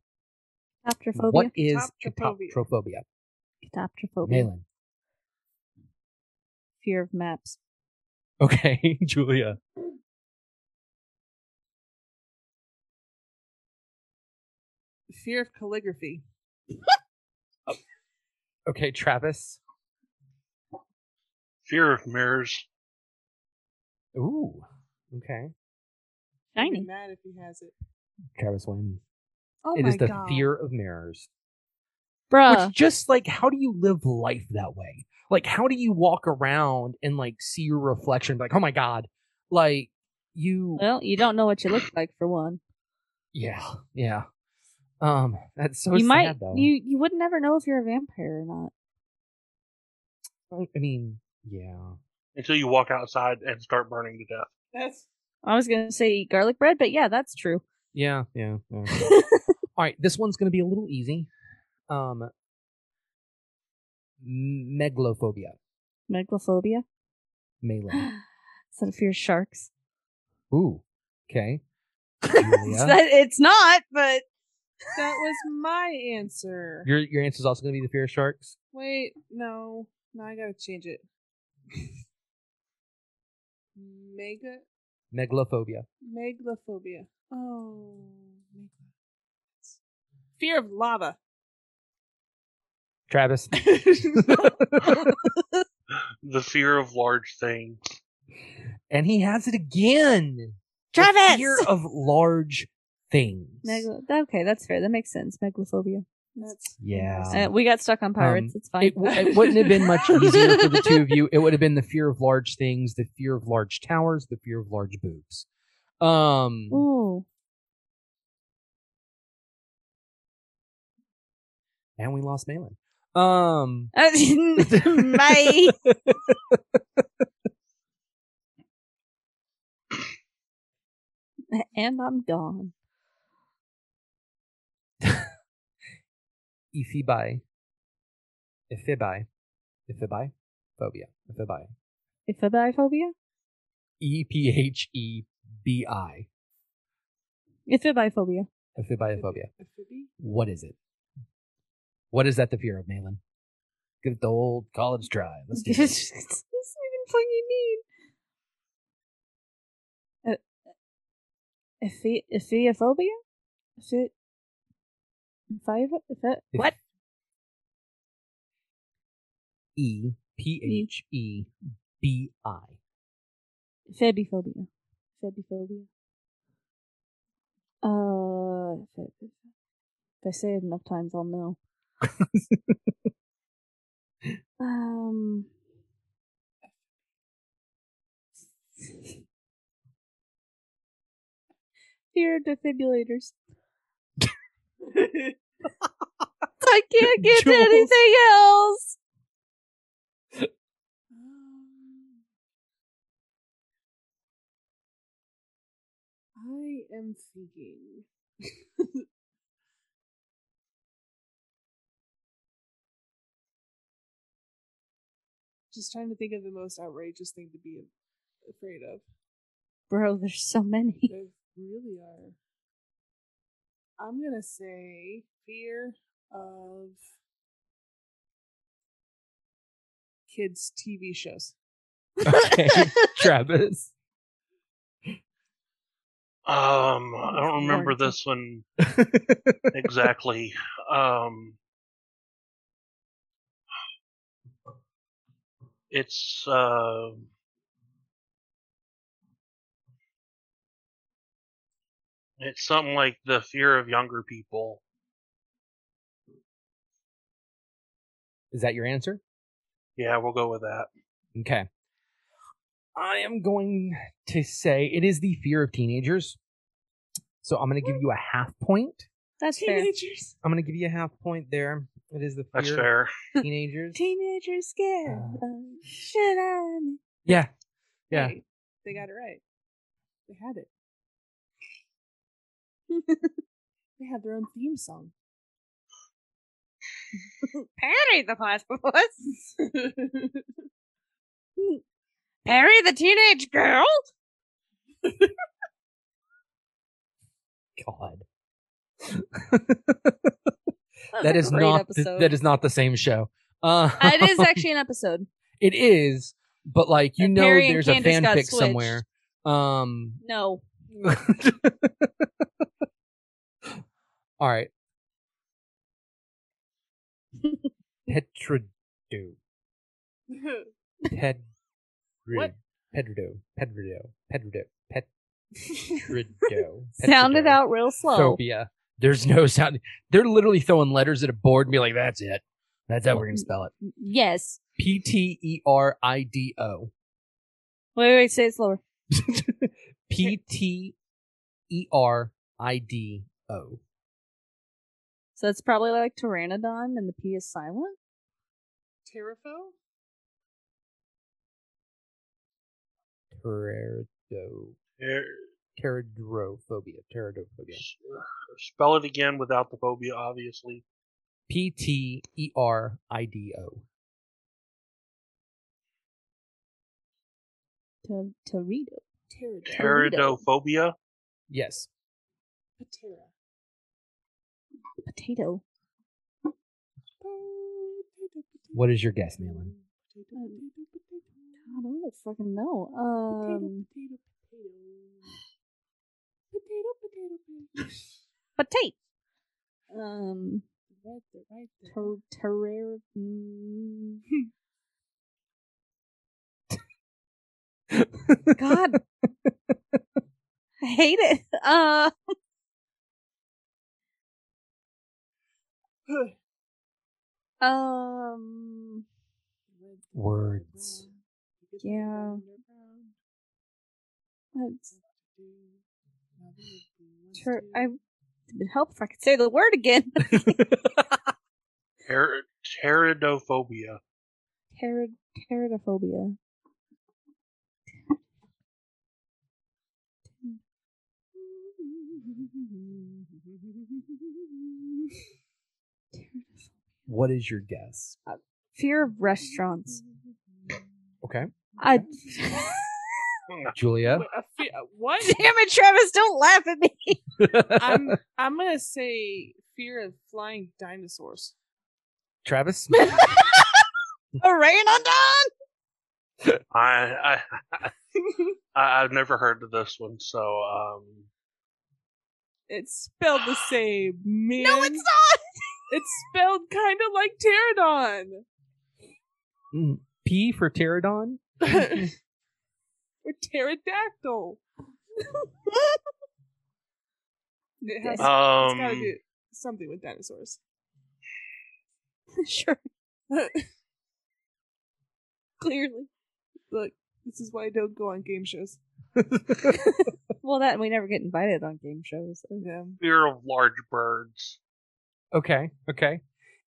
S1: Captrophobia.
S3: What is
S4: Catoptrophobia.
S3: catoptrophobia?
S1: Captrophobia.
S3: Malin.
S1: Fear of maps.
S3: Okay, *laughs* Julia.
S4: Fear of calligraphy.
S3: Okay, Travis.
S2: Fear of mirrors.
S3: Ooh. Okay.
S4: I'd be
S1: Shiny.
S4: Mad if he has it.
S3: Travis wins.
S4: Oh
S3: it
S4: my
S3: is the
S4: God.
S3: fear of mirrors.
S1: Bruh.
S3: Which just like how do you live life that way? Like how do you walk around and like see your reflection like oh my god. Like you
S1: well, you don't know what you look like for one.
S3: yeah, yeah. Um that's so
S1: you
S3: sad
S1: might
S3: though.
S1: you you would never know if you're a vampire or not.
S3: I mean, yeah.
S2: until you walk outside and start burning to death.
S4: That's
S1: I was gonna say eat garlic bread, but yeah, that's true.
S3: Yeah, yeah, yeah. All right, this one's going to be a little easy. Um m- megalophobia.
S1: Megalophobia.
S3: Melee.
S1: *gasps* Is that a fear of sharks?
S3: Ooh. Okay.
S1: It's,
S3: Julia,
S1: not, *laughs* it's not, but
S4: that was my answer.
S3: your your answer is also going to be the fear of sharks.
S4: Wait, no, no, I gotta change it. Mega
S3: Megalophobia.
S4: megalophobia. Oh, meg- fear of lava.
S1: *laughs*
S3: Travis. *laughs*
S2: The fear of large things.
S3: and he has it again. The
S1: Travis.
S3: fear of large things.
S1: Megal- okay, that's fair. That makes sense. Megalophobia.
S4: That's
S3: Yeah.
S1: Uh, we got stuck on pirates.
S3: Um,
S1: it's fine.
S3: It, w- it wouldn't have been much easier for the two of you. It would have been the fear of large things, the fear of large towers, the fear of large boobs. Um,
S1: *laughs* Ooh, *laughs*
S3: and we lost Malin.
S1: *laughs*
S3: Um,
S1: my and I'm gone.
S3: Ephibi, Ephibi, Ephibi, phobia, Ephibi,
S1: Iphibophobia.
S3: E P H E B I,
S1: Iphibophobia.
S3: Ephibiophobia.
S4: *laughs* Amphibi?
S3: What is it? What is that the fear of, Malin? Give it the old college try. Let's do
S1: This
S4: *laughs*
S3: it.
S1: is even fucking mean. Uh, Iphi- Iphiophobia? Iphi- Iphi- Iphi- What?
S3: E P H E B I.
S1: Phobophobia. Phobophobia. Uh, if I- if I say it enough times, I'll *laughs* know. um. Fear of defibrillators. I can't
S3: *laughs*
S1: get to
S3: Jules.
S1: anything *laughs* else.
S4: Um, *laughs* I am thinking. *laughs* Just trying to think of the most outrageous thing to be a- afraid of.
S1: Bro, there's so many.
S4: There really are. I'm gonna say fear of kids' TV shows.
S3: Okay, Travis.
S2: Um, I don't remember
S1: Warranty.
S2: this one exactly. um, it's uh, it's something like the fear of younger people.
S3: Is that your answer?
S2: Yeah, we'll go with that.
S3: Okay. I am going to say it is the fear of teenagers. So I'm going to give you a half point.
S1: That's fair.
S4: Teenagers.
S3: I'm going to give you a half point there. It is the
S2: That's
S3: fear
S2: fair.
S3: of teenagers.
S1: Teenagers scared
S3: Uh.
S1: the shit out of me.
S3: yeah. Yeah. Mm.
S4: Hey, they got it right. They
S3: *laughs*
S4: had it. They had their own theme
S3: *laughs*
S4: song.
S1: Parry the platypus.
S3: *laughs*
S1: Parry the teenage girl.
S3: God. that is not the, that is not the same show. Uh,
S1: it
S3: *laughs*
S1: is actually an episode.
S3: it is, but like you
S1: And
S3: know,
S1: Perry and
S3: there's a
S1: Candace got
S3: fanfic
S1: switched.
S3: somewhere. Um, *laughs*
S1: No, *laughs*
S3: All right. Petrado.
S1: *laughs*
S3: Ped.
S4: What?
S3: Pedrado. Pedrado. Pedrado. Pedrado. Pedrado.
S1: *laughs* sounded out real slow.
S3: Phobia. There's no sound. They're literally throwing letters at a board and be like, "That's it. That's how we're
S1: Mm.
S3: gonna spell it."
S1: Yes.
S3: P T E R I D O. *laughs*
S1: Wait, wait, wait, say it slower.
S3: P T E R I D O.
S1: So that's probably like Pteranodon and the P is silent?
S4: Terrifo?
S3: Pterodo.
S2: Er,
S3: Pterodophobia. Pterodophobia.
S2: s- Spell it again without the phobia, obviously.
S3: P T E R I D O.
S1: Ter- Teredo. Teredo.
S2: Pterodophobia.
S3: Yes.
S4: Patera.
S1: Potato.
S3: What is your guess, Malin?
S1: I don't fucking know. Um,
S4: potato, potato, potato, potato.
S1: potato. Um, *laughs*
S4: right there, right there.
S1: ter- terrar- mm. God. I hate it. *laughs* Uh, *sighs* um,
S3: Words.
S1: Yeah. let's- ter- I it would help if I could say the word again. *laughs*
S3: *laughs*
S2: Ter- pterodophobia.
S1: Ter- pterodophobia.
S3: What is your guess?
S1: Fear of restaurants.
S3: Okay.
S1: I. *laughs*
S3: Julia.
S4: Wait, a fe- a what?
S1: *laughs* Damn it, Travis! Don't laugh at me. *laughs*
S4: I'm I'm gonna say fear of flying dinosaurs.
S3: *laughs* Travis.
S1: *laughs* Pteranodon.
S2: I, *laughs* I, I I've never heard of this one, so um,
S4: It's spelled the same. Man.
S1: *gasps* No, it's not.
S4: It's spelled kind of like pterodon.
S3: Mm. P for pterodon. *laughs*
S4: or pterodactyl.
S1: *laughs*
S4: it has, it's gotta
S2: um,
S4: do something with dinosaurs. *laughs*
S1: sure. Clearly.
S4: Look, this is why I don't go on game shows. *laughs*
S1: Well, that we never get invited on game shows.
S4: Yeah.
S2: fear of large birds.
S3: Okay. Okay.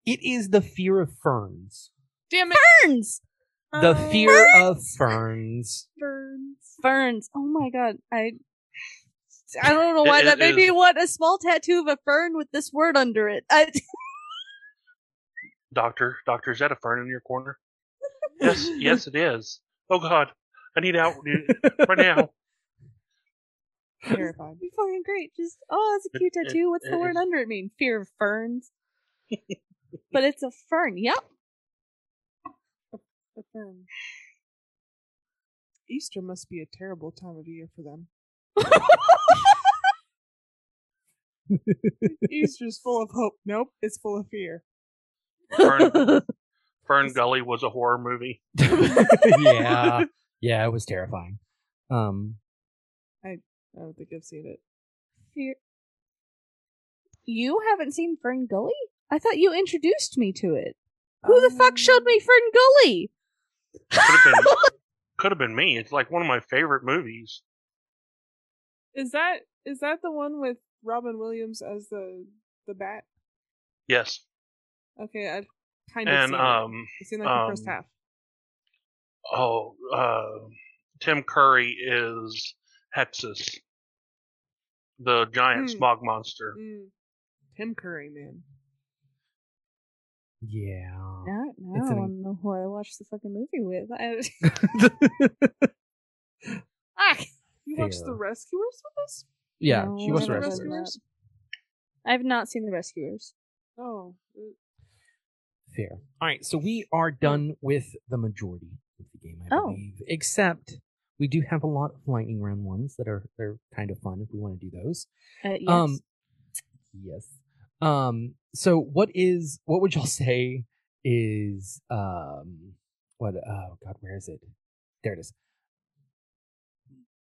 S3: It is the fear of ferns.
S4: Damn it!
S1: Ferns. *laughs*
S3: The
S4: Uh,
S3: fear of ferns. *laughs*
S4: Ferns.
S1: Ferns. Oh my god. I. I don't know why
S2: It-
S1: that
S2: it
S1: made me
S2: is-
S1: want a small tattoo of a fern with this word
S4: *laughs*
S1: under it. I,
S2: Doctor, doctor, is that a fern in your corner? Yes, yes, it is. Oh God, I need out right now.
S4: Terrifying.
S1: Be fucking great. Just oh, that's a
S2: It-
S3: *laughs*
S1: cute
S2: it-
S1: tattoo. What's the
S2: it
S1: word
S2: is-
S1: under it mean? Fear of ferns. but it's a fern. Yep.
S4: The fern. Easter must be a terrible time of year for
S1: *laughs*
S4: them. Easter's full of hope. Nope, it's full of fear.
S2: Fern, fern Gully was a horror movie.
S3: yeah. Yeah, it was terrifying. Um
S4: I don't think I've seen it.
S1: Fear. You haven't seen Fern Gully? I thought you introduced me to it. Who the fuck showed
S3: Um,
S1: me Fern Gully?
S2: Could have been, could have been me. It's like one of my favorite movies.
S4: Is that is that the one with Robin Williams as the the bat?
S2: Yes,
S4: Okay, I've kind of
S2: and
S4: seen it.
S2: um,
S4: I've seen like the first
S2: um,
S4: half.
S2: oh, uh, Tim Curry is Hexus, the giant
S4: Hmm.
S2: smog monster.
S4: Mm. Tim Curry, man.
S3: yeah. *laughs*
S1: Now, now
S3: It's
S1: I
S3: an-
S1: want to know who I watched the fucking movie with. I, Ah,
S4: *laughs* You watched The
S3: Fair.
S4: Rescuers with us?
S3: yeah,
S1: no,
S3: she was
S4: The
S1: I
S3: the
S1: haven't
S3: rescuer.
S1: done
S4: Rescuers?
S1: that. *laughs* I've not seen The Rescuers.
S4: Oh, uh,
S3: Fair. All right, so we are done with the majority of the game, I
S1: Oh.
S3: believe. Except we do have a lot of lightning round ones that are they're kind of fun if we want to do those.
S1: Uh, yes.
S3: Um, yes. Um, so what is what would y'all *laughs* say is um what oh god, where is it? There it is.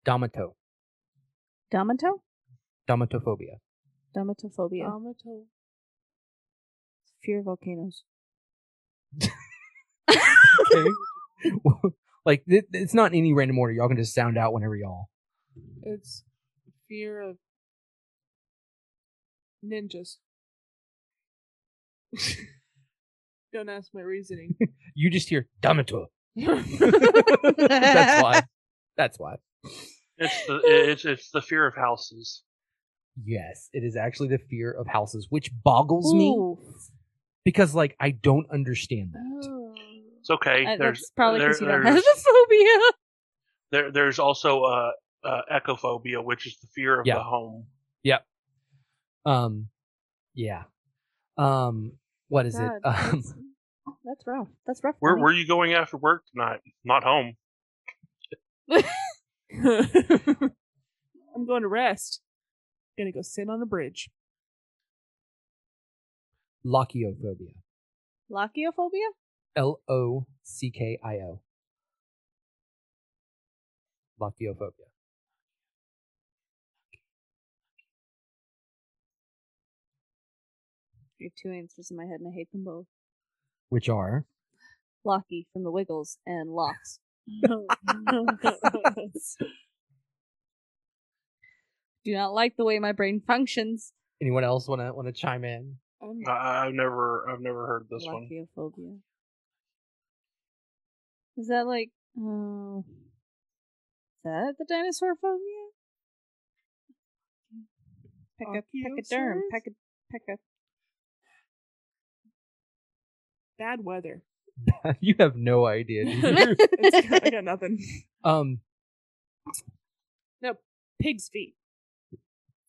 S3: Domato.
S1: Domato?
S3: Domatophobia.
S1: Domatophobia.
S4: Amato.
S1: Fear of volcanoes.
S3: Okay. *laughs* like it, it's not in any random order. Y'all can just sound out whenever y'all.
S4: It's fear of ninjas. *laughs* Don't ask my reasoning.
S3: You just hear Dumato. That's
S1: That's
S3: why. *laughs* That's why.
S2: It's the it's it's the fear of houses.
S3: Yes, it is actually the fear of houses, which boggles me because like I don't understand that.
S2: It's okay.
S1: Uh,
S2: there's
S1: that's probably
S2: there-
S1: because you don't have
S2: there's,
S1: *laughs* the phobia.
S2: *laughs* there, there's also uh, uh, ecophobia, which is the fear of
S3: Yeah.
S2: the home.
S3: Um, yeah. Um, what is it?
S1: God,
S3: Um, *laughs*
S1: that's, that's rough. That's rough.
S2: Where
S1: honey.
S2: where are you going after work tonight? Not home.
S1: *laughs*
S4: I'm going to rest. gonna go sit on a bridge.
S3: Lachiophobia.
S1: Lachiophobia?
S3: L O C K I O. Lachiophobia.
S1: I have two answers in my head and I hate them both.
S3: Which are
S1: Lockie from The Wiggles and Locks.
S2: *laughs*
S1: Do not like the way my brain functions.
S3: anyone else want to want to chime in? *laughs*
S4: I'm
S2: I, I've never I've never heard this one.
S1: Lachiophobia. Is that like, oh, is that the dinosaur phobia? Peca, pecaderm,
S4: Archaeosaurus?
S1: peca, peca.
S4: bad weather.
S3: you have no idea. do
S1: *laughs*
S3: you?
S2: *laughs*
S4: It's got, I got nothing.
S3: um,
S4: Pig's feet.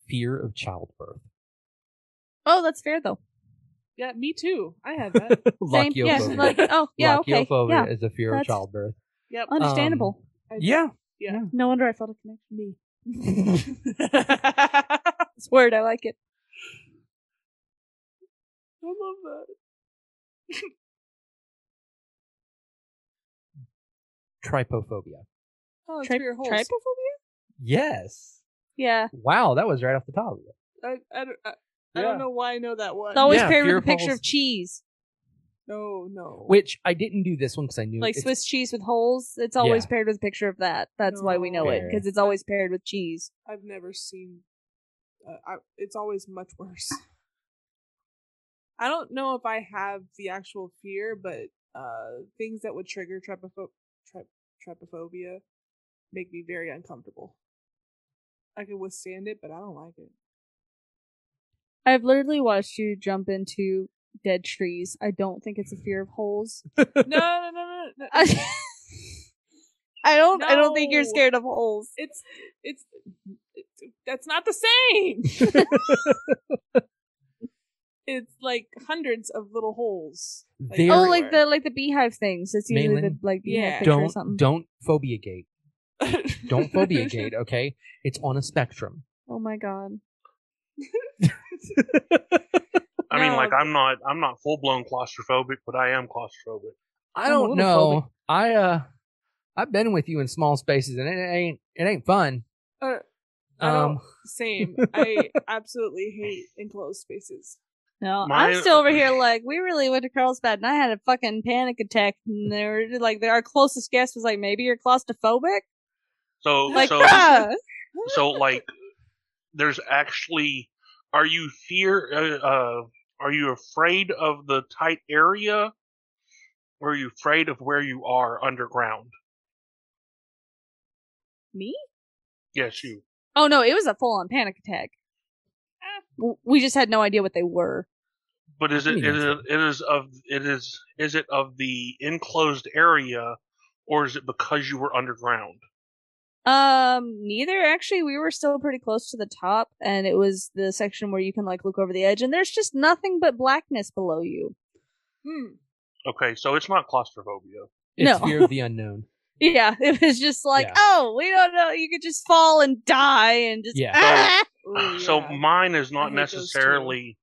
S3: fear of childbirth. *laughs*
S1: Oh, that's fair though.
S4: Yeah, me too. I
S1: *laughs*
S4: have that.
S1: Same, yeah,
S3: Lachiophobia.
S1: like,
S3: *laughs*
S1: oh, yeah, okay,
S3: Lachiophobia
S1: yeah,
S3: is a fear
S1: that's-
S3: of childbirth. Um,
S4: yep.
S1: understandable.
S4: I-
S1: *laughs*
S3: Yeah.
S4: Yeah.
S1: no wonder I felt a connection.
S4: Me.
S1: It's word, I like it.
S4: I love that.
S3: Tripophobia.
S4: Oh, it's
S1: Tri-
S4: for your holes.
S1: trypophobia?
S3: Yes.
S1: Yeah,
S3: Wow, that was right off the top of it.
S4: I, I, don't- I, I don't
S3: Yeah.
S4: know why I know that one.
S1: it's always
S3: Yeah,
S1: paired
S3: fear
S1: with a
S3: of
S1: picture
S3: holes.
S1: of cheese.
S4: No, no.
S3: Which I didn't do this one because I knew
S1: like
S3: it's-
S1: Swiss cheese with holes. It's always
S3: Yeah. Oh.
S1: paired with a picture of that. That's why we know it
S3: Fair.
S1: because it's always paired with cheese.
S4: I've never seen. Uh, I, it's always much *laughs* worse. I don't know if I have the actual fear, but uh, things that would trigger tripopho- tri- tripophobia make me very uncomfortable. I can withstand it, but I don't like it.
S3: *laughs*
S1: I've literally watched you jump into dead trees. I don't think it's a fear of holes. *laughs*
S4: No, no, no, no. no.
S1: I don't. I don't think you're
S4: No.
S1: scared of holes.
S4: It's, it's, it's, that's not the same.
S3: *laughs*
S4: it's like hundreds of little holes.
S3: There-
S1: oh, like the like the beehive things. It's usually
S3: Malin,
S1: the like beehive
S4: Yeah.
S1: picture or
S3: don't
S1: something.
S3: don't phobia gate.
S4: everywhere.
S3: Don't
S1: *laughs*
S3: phobia gate, okay? It's on a spectrum.
S1: Oh my god.
S2: I mean,
S4: No,
S2: like I'm not I'm not full blown claustrophobic, but I am claustrophobic.
S3: I
S1: I'm a
S3: don't
S1: little
S3: know. I uh I've been with you in small spaces and it ain't it ain't fun.
S4: *laughs* Uh, I
S1: *laughs*
S4: don't-
S3: Um *laughs*
S4: Same. I absolutely hate enclosed spaces.
S1: No, I'm
S2: Mine-
S1: still over here like we really went to Carlsbad and I had a fucking panic attack and they were like our closest guest was like maybe you're claustrophobic.
S2: So
S1: Like *laughs*
S2: so
S1: bruh.
S2: so like there's actually are you fear uh, uh are you afraid of the tight area or are you afraid of where you are underground
S1: Me?
S2: yes you
S1: Oh no, it was a full on panic attack. W- We just had no idea what they were.
S2: but is it,
S3: mean,
S2: is it
S3: that's-
S2: it is of it is is it of the enclosed area or is it because you were underground
S1: Um, neither actually. We were still pretty close to the top, and it was the section where you can like look over the edge, and there's just nothing but blackness below you.
S4: Hmm.
S2: okay so it's not claustrophobia
S3: it's
S1: No. *laughs*
S3: fear of the unknown.
S1: Yeah, *laughs* it was just like,
S3: Yeah.
S1: oh, we don't know. You could just fall and die, and just
S3: Yeah.
S1: *laughs* "Ah!"
S4: Ooh,
S2: so
S4: yeah.
S2: mine is
S4: I
S2: not
S4: hate those too.
S2: necessarily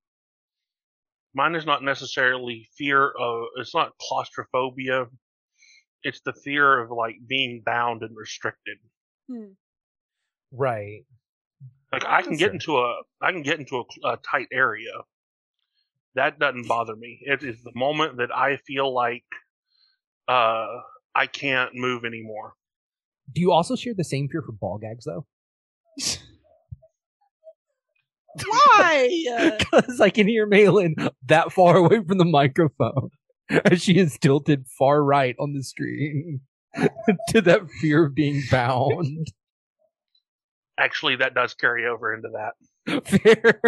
S2: mine is not necessarily fear of it's not claustrophobia it's the fear of like being bound and restricted
S4: Hmm.
S3: Right.
S2: Like I can get
S3: Sure.
S2: into a I can get into a, a tight area. That doesn't bother me. It is the moment that I feel like uh I can't move anymore.
S3: Do you also share the same fear for ball gags though?
S1: Why?
S3: *laughs*
S1: Uh,
S3: Because I can hear Malin that far away from the microphone as she is tilted far right on the screen *laughs* to that fear of being bound. *laughs*
S2: Actually, that does carry over into that.
S3: fair,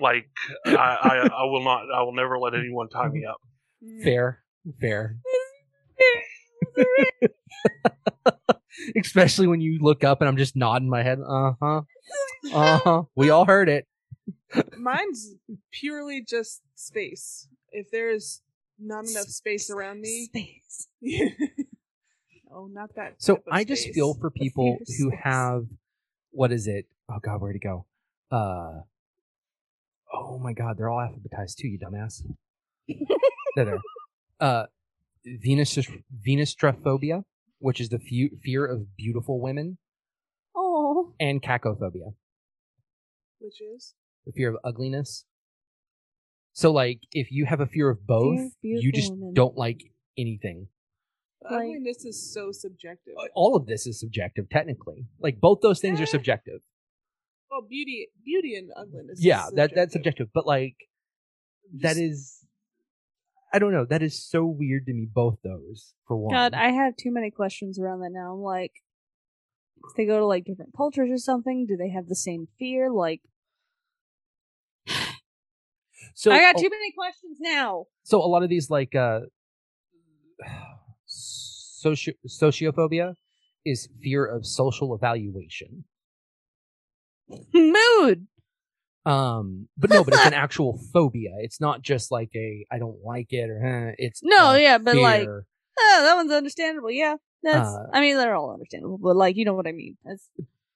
S2: Like I, I I will not I will never let anyone tie me up.
S3: fair, fair. *laughs* Especially when you look up and I'm just nodding my head. Uh huh. Uh huh. We all heard it.
S4: Mine's purely just space. If there is not enough space around *laughs* me,
S1: Space.
S4: oh, not that.
S3: So
S4: type of
S3: I just
S4: space.
S3: feel for
S4: fear
S3: people
S4: of
S3: who
S4: space.
S3: have what is it? Oh god, where'd it go? Uh oh my god, they're all alphabetized too, you dumbass. there, there. Uh Venus Venustrophobia, which is the fe- fear of beautiful women,
S1: Oh.
S3: and cacophobia,
S4: which is
S3: the fear of ugliness. So like if you have a fear of both,
S1: Fear of
S3: you
S1: beautiful
S3: just
S1: women.
S3: don't like anything.
S1: Like-
S4: ugliness is so subjective.
S3: All of this is subjective technically. Like both those things
S4: Eh.
S3: are subjective.
S4: Well, beauty, beauty, and ugliness. is
S3: yeah that that's
S4: subjective.
S3: subjective but like that is i don't know that is so weird to me both those for one
S1: God, I have too many questions around that now. I'm like, if they go to like different cultures or something, do they have the same fear? Like,
S3: so
S1: I got
S3: a-
S1: too many questions now.
S3: so a lot of these like uh soci- sociophobia is fear of social evaluation
S1: *laughs* Mood.
S3: um but no but it's
S1: *laughs*
S3: an actual phobia it's not just like a i don't like it or eh, it's
S1: No,
S3: a
S1: yeah, but like,
S3: fear.
S1: oh, that one's understandable. Yeah, that's.
S3: Uh,
S1: I mean, they're all understandable, but like, you know what I mean. That's,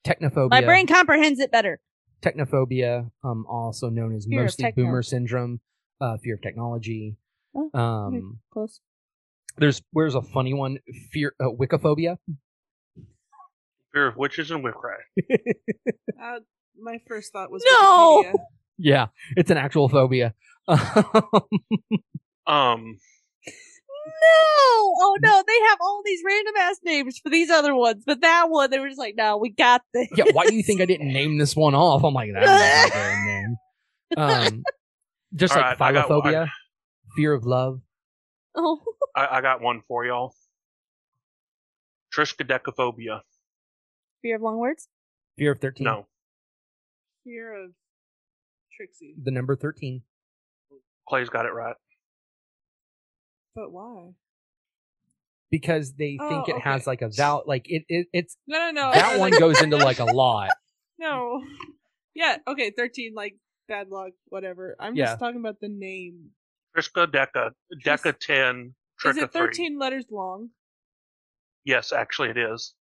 S3: technophobia
S1: My brain comprehends it better.
S3: technophobia, um, also known as
S1: Fear of
S3: mostly
S1: techno.
S3: boomer syndrome, uh, fear of technology.
S1: Oh,
S3: um,
S1: Close.
S3: there's where's a funny one? Fear uh, Wikiphobia.
S2: Fear of witches and witchcraft.
S4: Uh, my first thought was
S1: No!
S4: Wikipedia.
S3: *laughs* Yeah, it's an actual phobia. *laughs*
S2: Um,
S1: No! Oh no, they have all these random ass names for these other ones, but that one they were just like, no, we got this.
S3: yeah, why do you think I didn't name this one off? I'm like that's not a name. Um, just
S2: All
S3: like
S2: right, I got one.
S3: philophobia, fear of love.
S1: *laughs* Oh,
S2: I, I got one for y'all. Triskaidekaphobia.
S1: fear of long words.
S3: Fear of thirteen.
S2: No,
S4: Fear of Trixie,
S3: The number thirteen.
S2: Clay's got it right.
S4: but why?
S3: Because they think
S4: Oh,
S3: it has
S4: okay.
S3: like a vowel, like it, it it's
S4: No, no, no. I
S3: that
S4: was
S3: one
S4: like,
S3: goes into like a lot.
S4: No. Yeah. Okay. Thirteen. Like bad luck. Whatever. I'm
S3: Yeah.
S4: just talking about the name.
S2: Triskaideka, Deca ten,
S4: Is
S2: Trick
S4: it
S2: of three.
S4: thirteen letters long?
S2: Yes, actually it is.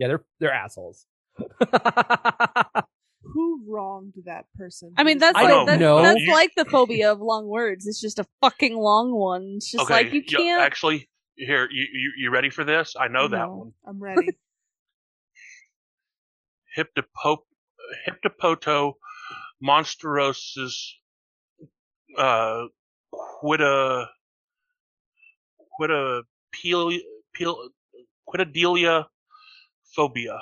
S3: Yeah, they're they're *laughs* assholes.
S4: Who wronged that person?
S1: I mean, that's
S3: I
S1: like,
S3: don't
S1: that's,
S3: know.
S1: that's
S2: You-
S1: like the phobia of long words. It's just a fucking long one. It's just like you
S2: yeah,
S1: can't.
S2: actually, here you, you you ready for this? I know that
S1: No.
S2: one.
S4: I'm ready.
S2: Hippopo, Hippopoto monstorosus uh, quida quida peel, peel, quitadelia phobia.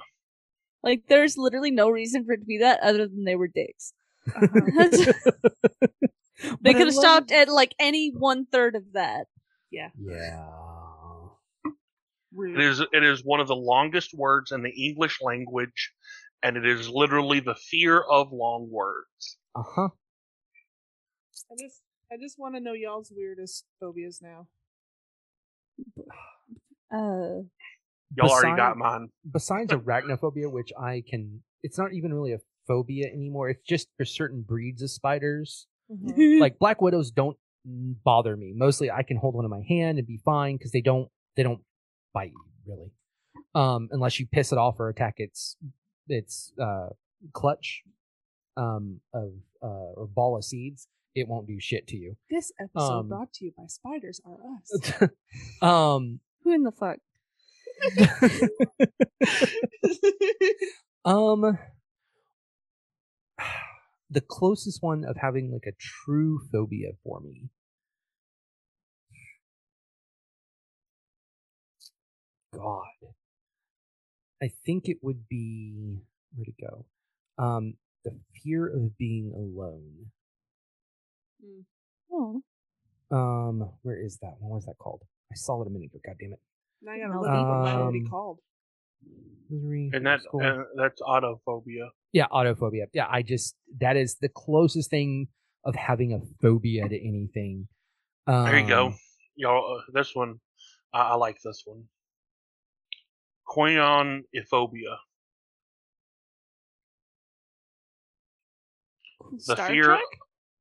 S1: like, there's literally no reason for it to be that other than they were dicks.
S4: Uh-huh.
S3: *laughs*
S1: That's-
S3: But I
S1: they could have
S3: love-
S1: stopped at like any one third of that.
S3: Yeah.
S2: It
S4: Rude.
S2: is it is one of the longest words in the English language, and it is literally the fear of long words.
S3: Uh huh.
S4: I just, I just want to know y'all's weirdest phobias now.
S1: Uh,
S2: Y'all already
S3: Besides-
S2: got mine.
S3: Besides arachnophobia, which I can, it's not even really a phobia anymore. It's just for certain breeds of spiders.
S4: Hmm.
S3: Uh-huh.
S4: *laughs*
S3: Like black widows don't bother me. Mostly, I can hold one in my hand and be fine because they don't they don't bite you really, um, unless you piss it off or attack its its uh, clutch um, of uh, or ball of seeds. It won't do shit to you. *laughs*
S4: This episode
S3: Um,
S4: brought to you by Spiders
S3: *laughs*
S4: Are Us.
S3: um,
S1: who in the fuck?
S3: *laughs* um, the closest one of having like a true phobia for me. God. I think it would be where to go. Um, the fear of being alone.
S1: Oh,
S3: Um, where is that one? What is that called? I saw it a minute ago. God damn it.
S4: Now I gotta
S1: Um,
S4: look up what that would be called.
S3: Misery,
S2: and that uh,
S3: school.
S2: and that's autophobia.
S3: Yeah, autophobia. Yeah, I just that is the closest thing of having a phobia to anything. Um,
S2: There you go,
S4: *laughs*
S2: y'all. Uh, this one, I I like this one. Koinophobia, the
S4: Star
S2: fear,
S4: Trek?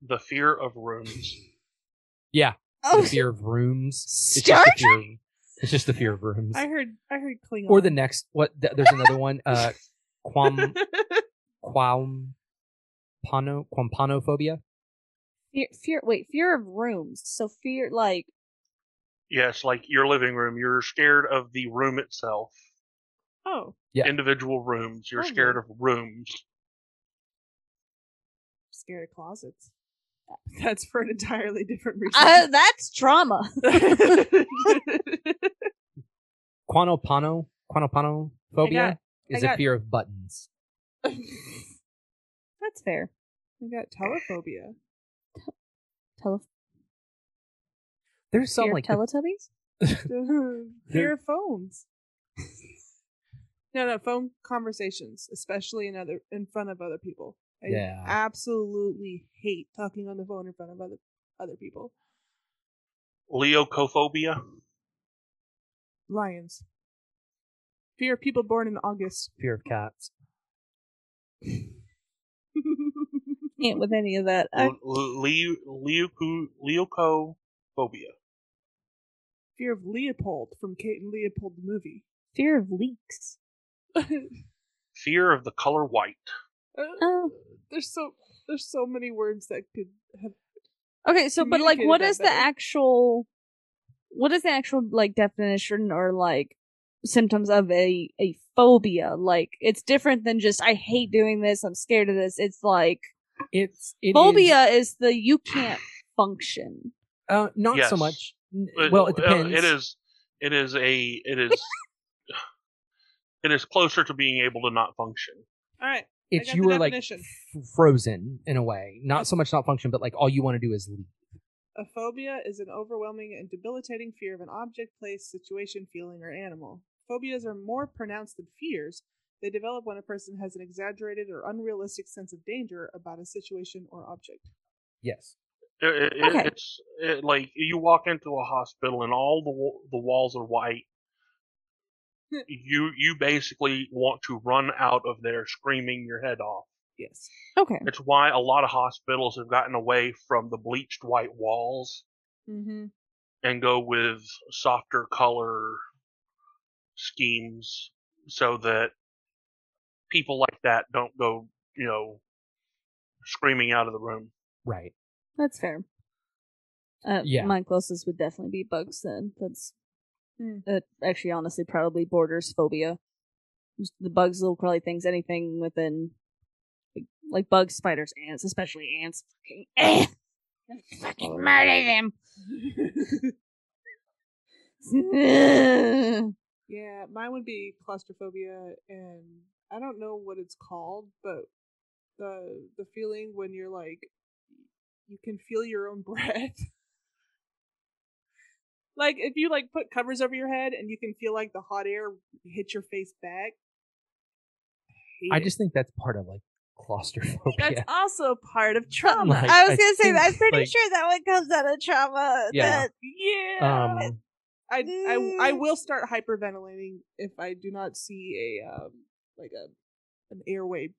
S2: the fear of rooms.
S3: The
S1: oh
S3: fear of rooms. It's
S1: Star
S3: just the fear. Of, it's just the fear of rooms.
S4: I heard I heard Klingon.
S3: Or the next what? Th- there's another one. Uh,
S4: *laughs*
S3: quam quam pano quampanophobia.
S1: fear, fear. Wait, fear of rooms. So fear, like
S2: Yes, like your living room. You're scared of the room itself.
S4: oh,
S3: Yeah.
S2: Individual rooms. You're
S4: Oh,
S2: scared of rooms.
S4: scared of closets. *laughs* That's for an entirely
S1: *laughs*
S4: different reason.
S1: *laughs* uh, that's trauma. *laughs*
S3: Quanopano quanopanophobia
S4: got- I
S3: is a
S4: got-
S3: fear of buttons.
S1: That's fair.
S4: *laughs* we got telephobia.
S1: Tele-
S3: There's some
S1: fear of
S3: like the-
S1: Teletubbies.
S4: *laughs* fear of phones. No, no, phone conversations, especially in other in front of other people. I
S3: Yeah.
S4: absolutely hate talking on the phone in front of other other people.
S2: Leocophobia.
S4: Lions. Fear of people born in August. *laughs*
S3: fear of cats.
S1: Can't with any of that. I,
S2: L- l- leu- leuco- Leucophobia.
S4: fear of Leopold from Kate and Leopold the movie. *laughs*
S1: fear of leaks.
S2: Fear of the color white.
S1: Oh.
S4: There's so there's so many words that could have
S1: Okay, so but like,
S4: Communicated
S1: what
S4: that
S1: is the
S4: better.
S1: actual, what is the actual like definition or like symptoms of a a phobia? Like, it's different than just I hate doing this. I'm scared of this. It's like
S3: It's it is-
S1: phobia is, the you can't function.
S3: Uh, not so
S2: Yes.
S3: much. N-
S2: But,
S3: well, it
S2: uh,
S3: depends.
S2: It is. It is a. It
S3: *laughs*
S2: is. it is closer to being able to not function.
S4: All right. I
S3: It's
S4: got
S3: you
S4: the
S3: were like
S4: definition.
S3: f- frozen in a way. Not so much not function, but like all you want to do is leave.
S4: A phobia is an overwhelming and debilitating fear of an object, place, situation, feeling, or animal. Phobias are more pronounced than fears. They develop when a person has an exaggerated or unrealistic sense of danger about a situation or object.
S3: Yes.
S2: It, it,
S1: Okay.
S2: It's it, like you walk into a hospital and all the wa- the walls are white.
S3: Hmm.
S2: you you basically want to run out of there screaming your head off.
S4: Yes.
S1: Okay,
S3: Hmm.
S2: It's why a lot of hospitals have gotten away from the bleached white walls
S4: Mm-hmm.
S2: and go with softer color schemes so that people like that don't go, you know, screaming out of the room.
S3: Right.
S1: that's fair. Uh,
S3: Yeah.
S1: my closest would definitely be bugs. Then that's
S4: Mm.
S1: that actually honestly probably borders phobia. Just The bugs, little crawly things, anything within like, like bugs, spiders, ants, especially ants. Fucking, *laughs* ants. fucking murder them.
S3: *laughs*
S1: *laughs*
S4: Yeah, mine would be claustrophobia, and I don't know what it's called, but the the feeling when you're like, you can feel your own *laughs* breath. like if you like put covers over your head and you can feel like the hot air hit your face back. hate
S3: I
S4: it.
S3: just *laughs* think that's part of like claustrophobia.
S4: that's also part of trauma.
S3: Like,
S1: I was
S3: I
S1: gonna say
S3: think,
S1: that. I'm pretty
S3: like-
S1: sure that one comes out of trauma.
S3: Yeah.
S1: that-
S4: *laughs* yeah.
S3: *laughs* um,
S4: I, I I
S1: Mm.
S4: will start hyperventilating if I do not see a um like a an airway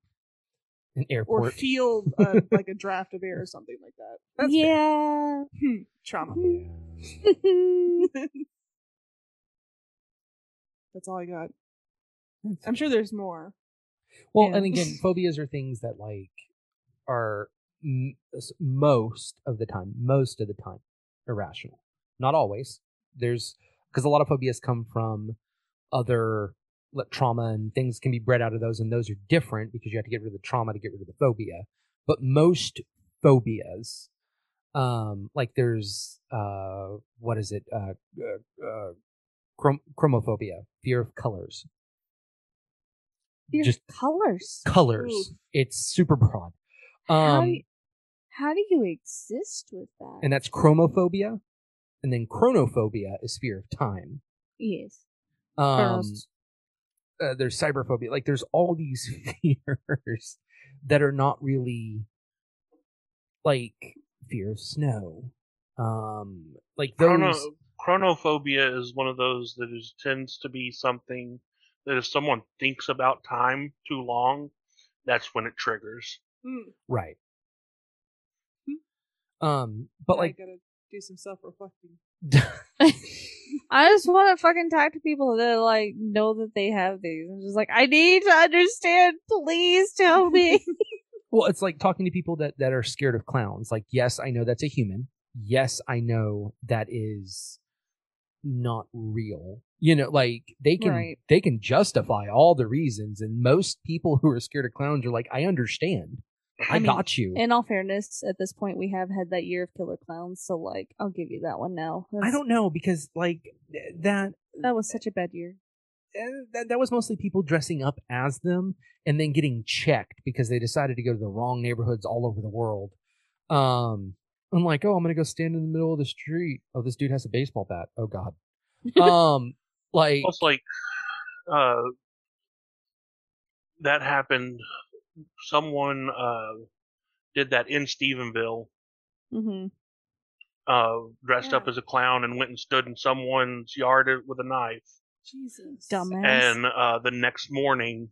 S3: an
S4: or
S3: airport.
S4: feel
S2: *laughs*
S4: uh, like a draft of air or something like that. That's
S1: yeah.
S4: Hmm, trauma.
S3: Oh, *laughs* Yeah.
S4: *laughs* That's all I got.
S3: That's-
S4: I'm sure there's more.
S3: well,
S4: yeah.
S3: and again, phobias are things that like are m- s- most of the time, most of the time, irrational. Not always. There's because a lot of phobias come from other like, trauma and things can be bred out of those, and those are different because you have to get rid of the trauma to get rid of the phobia. but most phobias, um, like there's uh, what is it, uh, uh, uh chrom- chromophobia, fear of colors,
S1: Your
S3: just
S1: colors.
S3: colors.
S4: Oof.
S3: It's super broad,
S1: how,
S3: um,
S1: do you, how do you exist with that?
S3: and that's chromophobia, and then chronophobia is fear of time.
S1: yes. *laughs*
S3: Um,
S1: First.
S3: uh, there's cyberphobia. Like there's all these *laughs* fears that are not really like fear of snow. Um, like those.
S2: Chrono, chronophobia is one of those that is tends to be something that if someone thinks about time too long, that's when it triggers.
S4: Mm,
S3: Right. Um, but
S4: now
S3: like,
S4: I gotta do some self reflecting.
S1: I just want to fucking talk to people that like know that they have these. I'm just like, I need to understand. Please tell me.
S3: *laughs* well, it's like talking to people that that are scared of clowns. Like, yes, I know that's a human. Yes, I know that is not real. You know, like they can
S1: Right.
S3: they can justify all the reasons, and most people who are scared of clowns are like, I understand. I,
S1: I mean,
S3: got you.
S1: In all fairness, at this point, we have had that year of killer clowns, so like, I'll give you that one now.
S3: I
S1: That's-
S3: don't know because like th- that
S1: That was such a bad year.
S3: eh, that, that was mostly people dressing up as them and then getting checked because they decided to go to the wrong neighborhoods all over the world. Um, I'm like, oh, I'm gonna go stand in the middle of the street. Oh, this dude has a baseball bat. Oh God. Um, like
S2: Plus, like uh, that happened. Someone uh, did that in Stephenville,
S1: Mm-hmm.
S2: uh, dressed up
S4: Yeah.
S2: as a clown, and went and stood in someone's yard with a knife.
S4: Jesus.
S1: Dumbass.
S2: and uh, the next morning,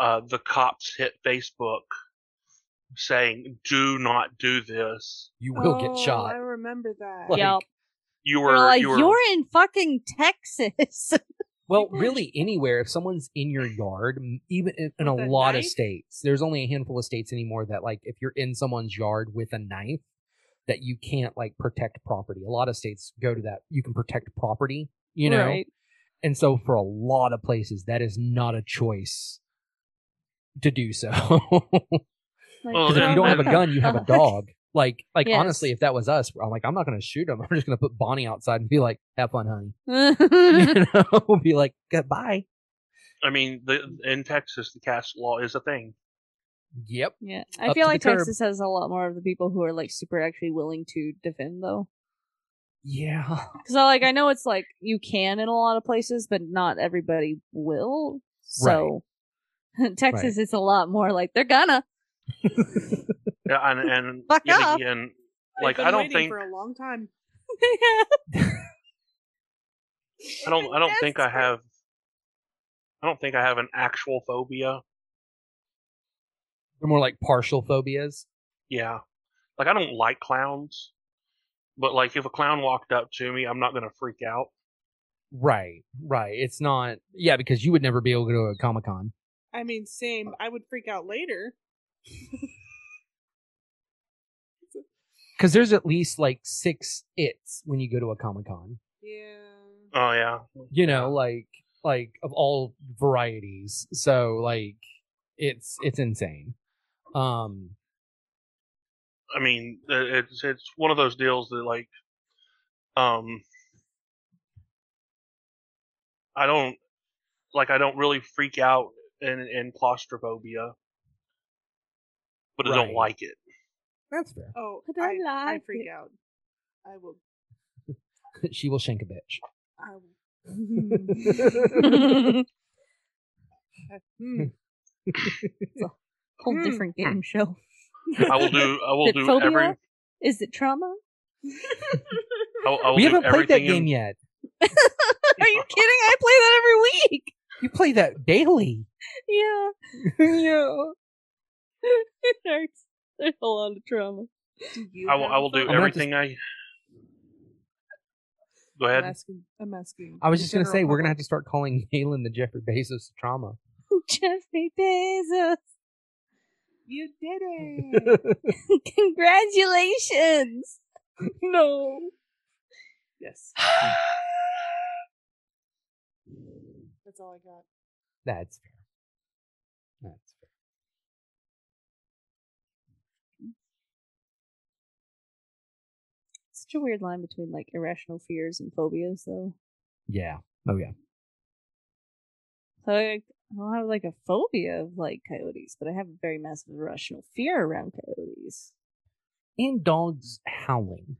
S2: uh, the cops hit Facebook saying, "Do not do this."
S3: you will get
S4: Oh,
S3: shot.
S4: I remember that.
S3: Like,
S1: Yep.
S2: You
S1: We're
S2: were,
S1: like,
S2: you were,
S1: you're in fucking Texas. *laughs*
S3: Well, really, anywhere if someone's in your yard, m- even in, in a
S4: With a
S3: lot of
S4: knife?
S3: states, there's only a handful of states anymore that like if you're in someone's yard with a knife, that you can't like protect property. A lot of states go to that you can protect property, you know,
S1: Right.
S3: and so for a lot of places that is not a choice to do so. *laughs*
S1: Like, oh
S2: Well,
S3: Because if
S2: yeah,
S3: you don't have
S1: what
S3: a
S2: and-
S1: the
S3: gun, you have a
S1: fuck?
S3: dog. Like, like
S1: Yes.
S3: honestly, if that was us, I'm like, I'm not gonna shoot him. I'm just gonna put Bonnie outside and be like, "Have fun, honey." *laughs*
S1: *laughs*
S3: You know, *laughs* be like, "Goodbye."
S2: I mean, the, in Texas, the cast law is a thing.
S3: Yep.
S1: yeah,
S3: Up
S1: I
S3: to
S1: feel
S3: the
S1: like
S3: curb.
S1: Texas has a lot more of the people who are like super actually willing to defend though.
S3: Yeah.
S1: Because I like I know it's like you can in a lot of places, but not everybody will. So *laughs* Texas, it's a lot more like they're gonna. *laughs*
S2: Yeah, and and
S1: Fuck
S2: yet
S1: off.
S2: again,
S4: I've
S2: like
S4: been
S2: I don't
S4: waiting
S2: think
S4: for a long time.
S2: I don't I don't think I
S1: Yes.
S2: have. I don't think I have an actual phobia.
S3: They're more like partial phobias.
S2: Yeah, like I don't like clowns, but like if a clown walked up to me, I'm not gonna freak out.
S3: Right. Right. It's not. Yeah, because you would never be able to go to a Comic Con.
S4: I mean,
S2: Uh,
S4: same. I would freak out later.
S3: Because there's at least like six its when you go to a Comic Con.
S4: Yeah.
S2: Oh yeah,
S3: You know, like like of all varieties. So like, it's it's insane. Um.
S2: I mean, uh, it's it's one of those deals that like, um, I don't like I don't really freak out in in claustrophobia, but I
S3: Right.
S2: don't like it.
S3: That's fair. *laughs*
S4: Oh,
S1: I
S4: I,
S1: don't
S4: I
S1: like *laughs*
S4: freak
S1: it.
S4: out. I will.
S3: she will shank
S2: *laughs*
S3: a bitch.
S4: I *laughs* will. Hmm.
S1: Whole
S4: Hmm.
S1: different game show.
S2: I will do
S1: *laughs*
S2: I will
S1: Is it
S2: do
S1: phobia?
S2: every
S1: Is it trauma?
S3: *laughs*
S1: *laughs*
S2: I will, I will
S3: we
S2: do
S3: haven't played that
S2: everything
S3: game
S2: in-
S3: yet.
S1: Are you kidding? I play that every week. *laughs*
S3: You play that daily.
S1: Yeah. yeah. *laughs* it hurts. There's a lot of trauma. *laughs*
S4: Do you
S2: I will
S4: have
S2: I
S4: a
S2: will do
S4: phobia?
S3: I'm not
S2: everything I. Go
S4: I'm
S2: ahead.
S4: asking. I'm asking.
S3: I was
S4: the
S3: just gonna
S4: general
S3: say we're gonna have
S4: public.
S3: to start calling *laughs* Galen the Jeffrey Bezos of trauma. *laughs*
S1: Jeffrey Bezos. *laughs*
S4: You did it.
S1: Congratulations. *laughs* No.
S4: yes.
S1: Hmm.
S4: That's all I got.
S3: That's fair. That's fair.
S1: Such a weird line between like irrational fears and phobias, though.
S3: Yeah. Oh yeah.
S1: So I, I don't have like a phobia of like coyotes, but I have a very massive irrational fear around coyotes.
S3: And dogs howling,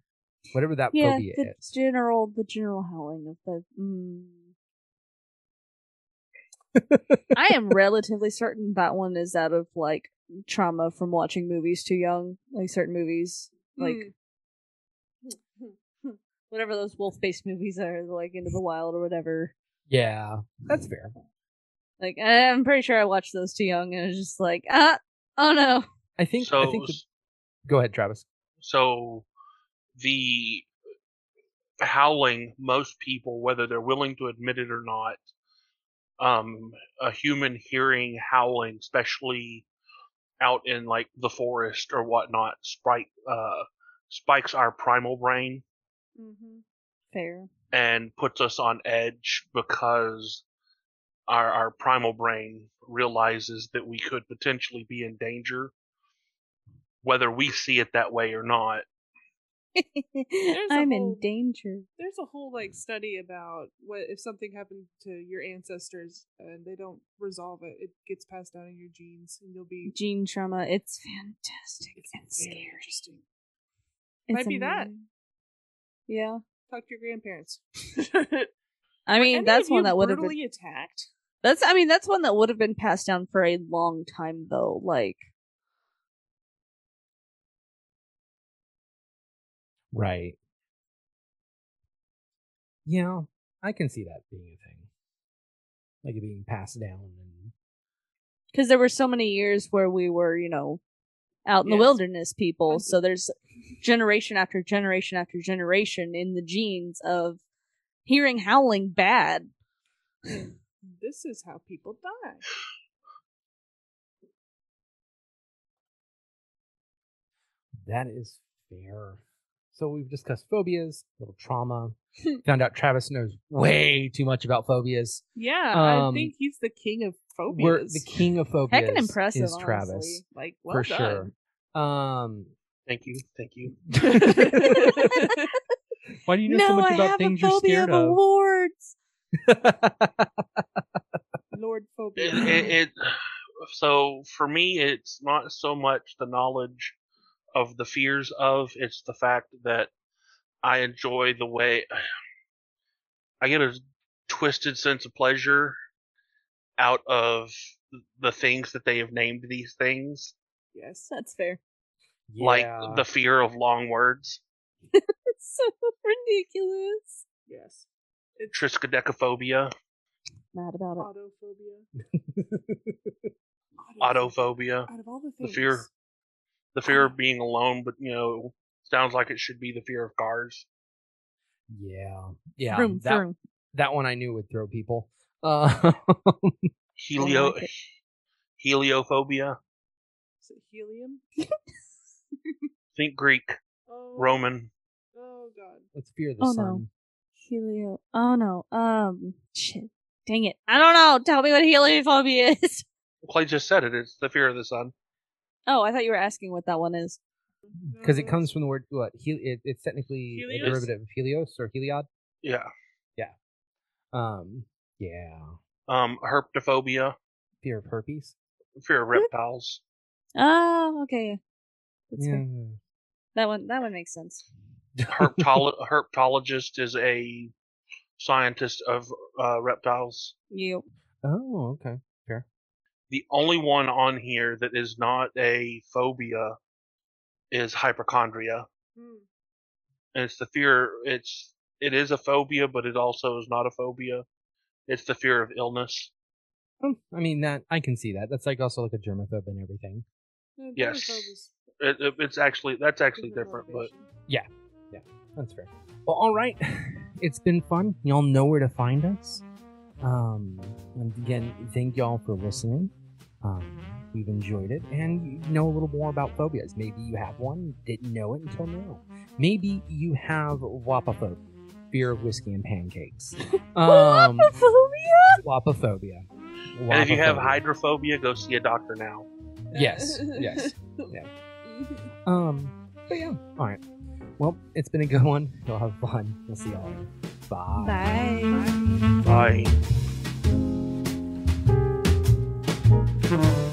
S3: whatever that
S1: yeah,
S3: phobia
S1: the
S3: is.
S1: general the general howling of the. Mm. I am relatively certain that one is out of like trauma from watching movies too young, like certain movies, like
S4: Hmm.
S1: whatever those wolf-based movies are, like Into the Wild or whatever.
S3: yeah, that's fair.
S1: Like I- I'm pretty sure I watched those too young, and I was just like, ah, oh no.
S3: I think.
S2: so
S3: I think. The, go ahead, Travis.
S2: so the howling most people whether they're willing to admit it or not um a human hearing howling especially out in like the forest or whatnot spike uh spikes our primal brain
S4: Mm-hmm.
S1: Fair. *laughs*
S2: and puts us on edge because our, our primal brain realizes that we could potentially be in danger, whether we see it that way or not.
S4: a
S1: I'm
S4: whole-
S1: in danger.
S4: There's a whole like study about what if something happened to your ancestors and they don't resolve it, it gets passed down in your genes and you'll be
S1: Gene trauma. It's fantastic and
S4: very
S1: scary.
S4: Interesting.
S1: It's
S4: Might be that.
S1: amazing. Yeah.
S4: Talk to your grandparents. *laughs*
S1: I mean, that's one that would have been
S4: brutally attacked.
S1: That's I mean that's one that would have been passed down for a long time though. Like
S3: Right. Yeah, I can see that being a thing, like it being passed down. And
S1: because there were so many years where we were, you know, out in the
S4: Yes.
S1: wilderness people.
S4: Hundred-
S1: So there's generation after generation after generation in the genes of hearing howling bad.
S4: This is how people die.
S3: that is fair. So we've discussed phobias, little trauma. Found out Travis knows way too much about phobias.
S4: Yeah, I
S3: Um,
S4: think he's the king of phobias.
S3: We're the king of phobias.
S1: Heckin' impressive,
S3: is Travis
S1: honestly.
S4: like well
S3: for
S4: done.
S3: sure. Um,
S2: Thank you, thank you.
S3: *laughs* why do you know so
S1: no,
S3: much
S1: I
S3: about
S1: have
S3: things
S1: a
S3: you're
S1: phobia
S3: scared
S1: of
S3: of?
S1: awards.
S3: *laughs*
S4: Lord phobia.
S2: It, it, it so for me, it's not so much the knowledge of the fears of; it's the fact that I enjoy the way I get a twisted sense of pleasure out of the things that they have named these things.
S4: yes.
S1: That's fair.
S3: Yeah.
S2: like the fear of long words,
S1: It's so *laughs* ridiculous.
S4: Yes. It's
S2: triskaidekaphobia,
S1: Mad about it.
S4: autophobia.
S2: autophobia,
S4: Out of all the
S2: the
S4: things.
S2: fear- the fear of being alone, but you know, sounds like it should be the fear of cars.
S3: yeah, yeah.
S1: Vroom,
S3: that
S1: vroom. *laughs*
S3: that one I knew would throw people. *laughs* Uh,
S2: Helio,
S1: like it.
S2: heliophobia,
S4: Is it helium?
S2: think Greek,
S4: Oh,
S2: Roman,
S4: Oh god.
S3: let's fear the
S1: Oh, no.
S3: sun.
S1: Helio. Oh no. Um. Shit. Dang it. I don't know. Tell me what heliophobia *laughs* is.
S2: Clay just said it. It's the fear of the sun.
S1: Oh, I thought you were asking what that one is.
S3: Because it
S4: No,
S3: comes from the word what? Hel- it, it's technically a
S4: Helios?
S3: derivative of helios or heliod.
S2: Yeah.
S3: Um, yeah,
S2: Um, herpetophobia,
S3: fear of herpes.
S2: fear of reptiles.
S1: Oh, okay. That's fair.
S3: Yeah.
S1: That one. That one makes sense.
S2: Herptolo- herptologist is a scientist of uh, reptiles.
S1: You.
S3: *laughs* Oh, okay.
S2: the only one on here that is not a phobia is hypochondria.
S4: Hmm.
S2: And it's the fear it's it is a phobia, but it also is not a phobia. It's the fear of illness.
S3: Um, I mean that I can see that. That's like also like a germaphobe and everything.
S4: No,
S2: Yes.
S4: germaphobe's
S2: It, it- it's actually that's actually
S4: different
S2: different, but
S4: elevation.
S3: That's fair. Well, all right. *laughs* It's been fun. Y'all know where to find us. Um, and again, thank y'all for listening. Um, we've enjoyed it, and you know a little more about phobias. Maybe you have one, didn't know it until now. Maybe you have wapaphobia, fear of whiskey and pancakes. Um, wapaphobia.
S2: and if you have
S3: Wapaphobia.
S2: hydrophobia, go see a doctor now.
S3: yes, yes. Um, but yeah, all right. Well, it's been a good one. Y'all have fun. We'll see y'all. later. Bye.
S1: Bye.
S2: Bye.
S3: Bye.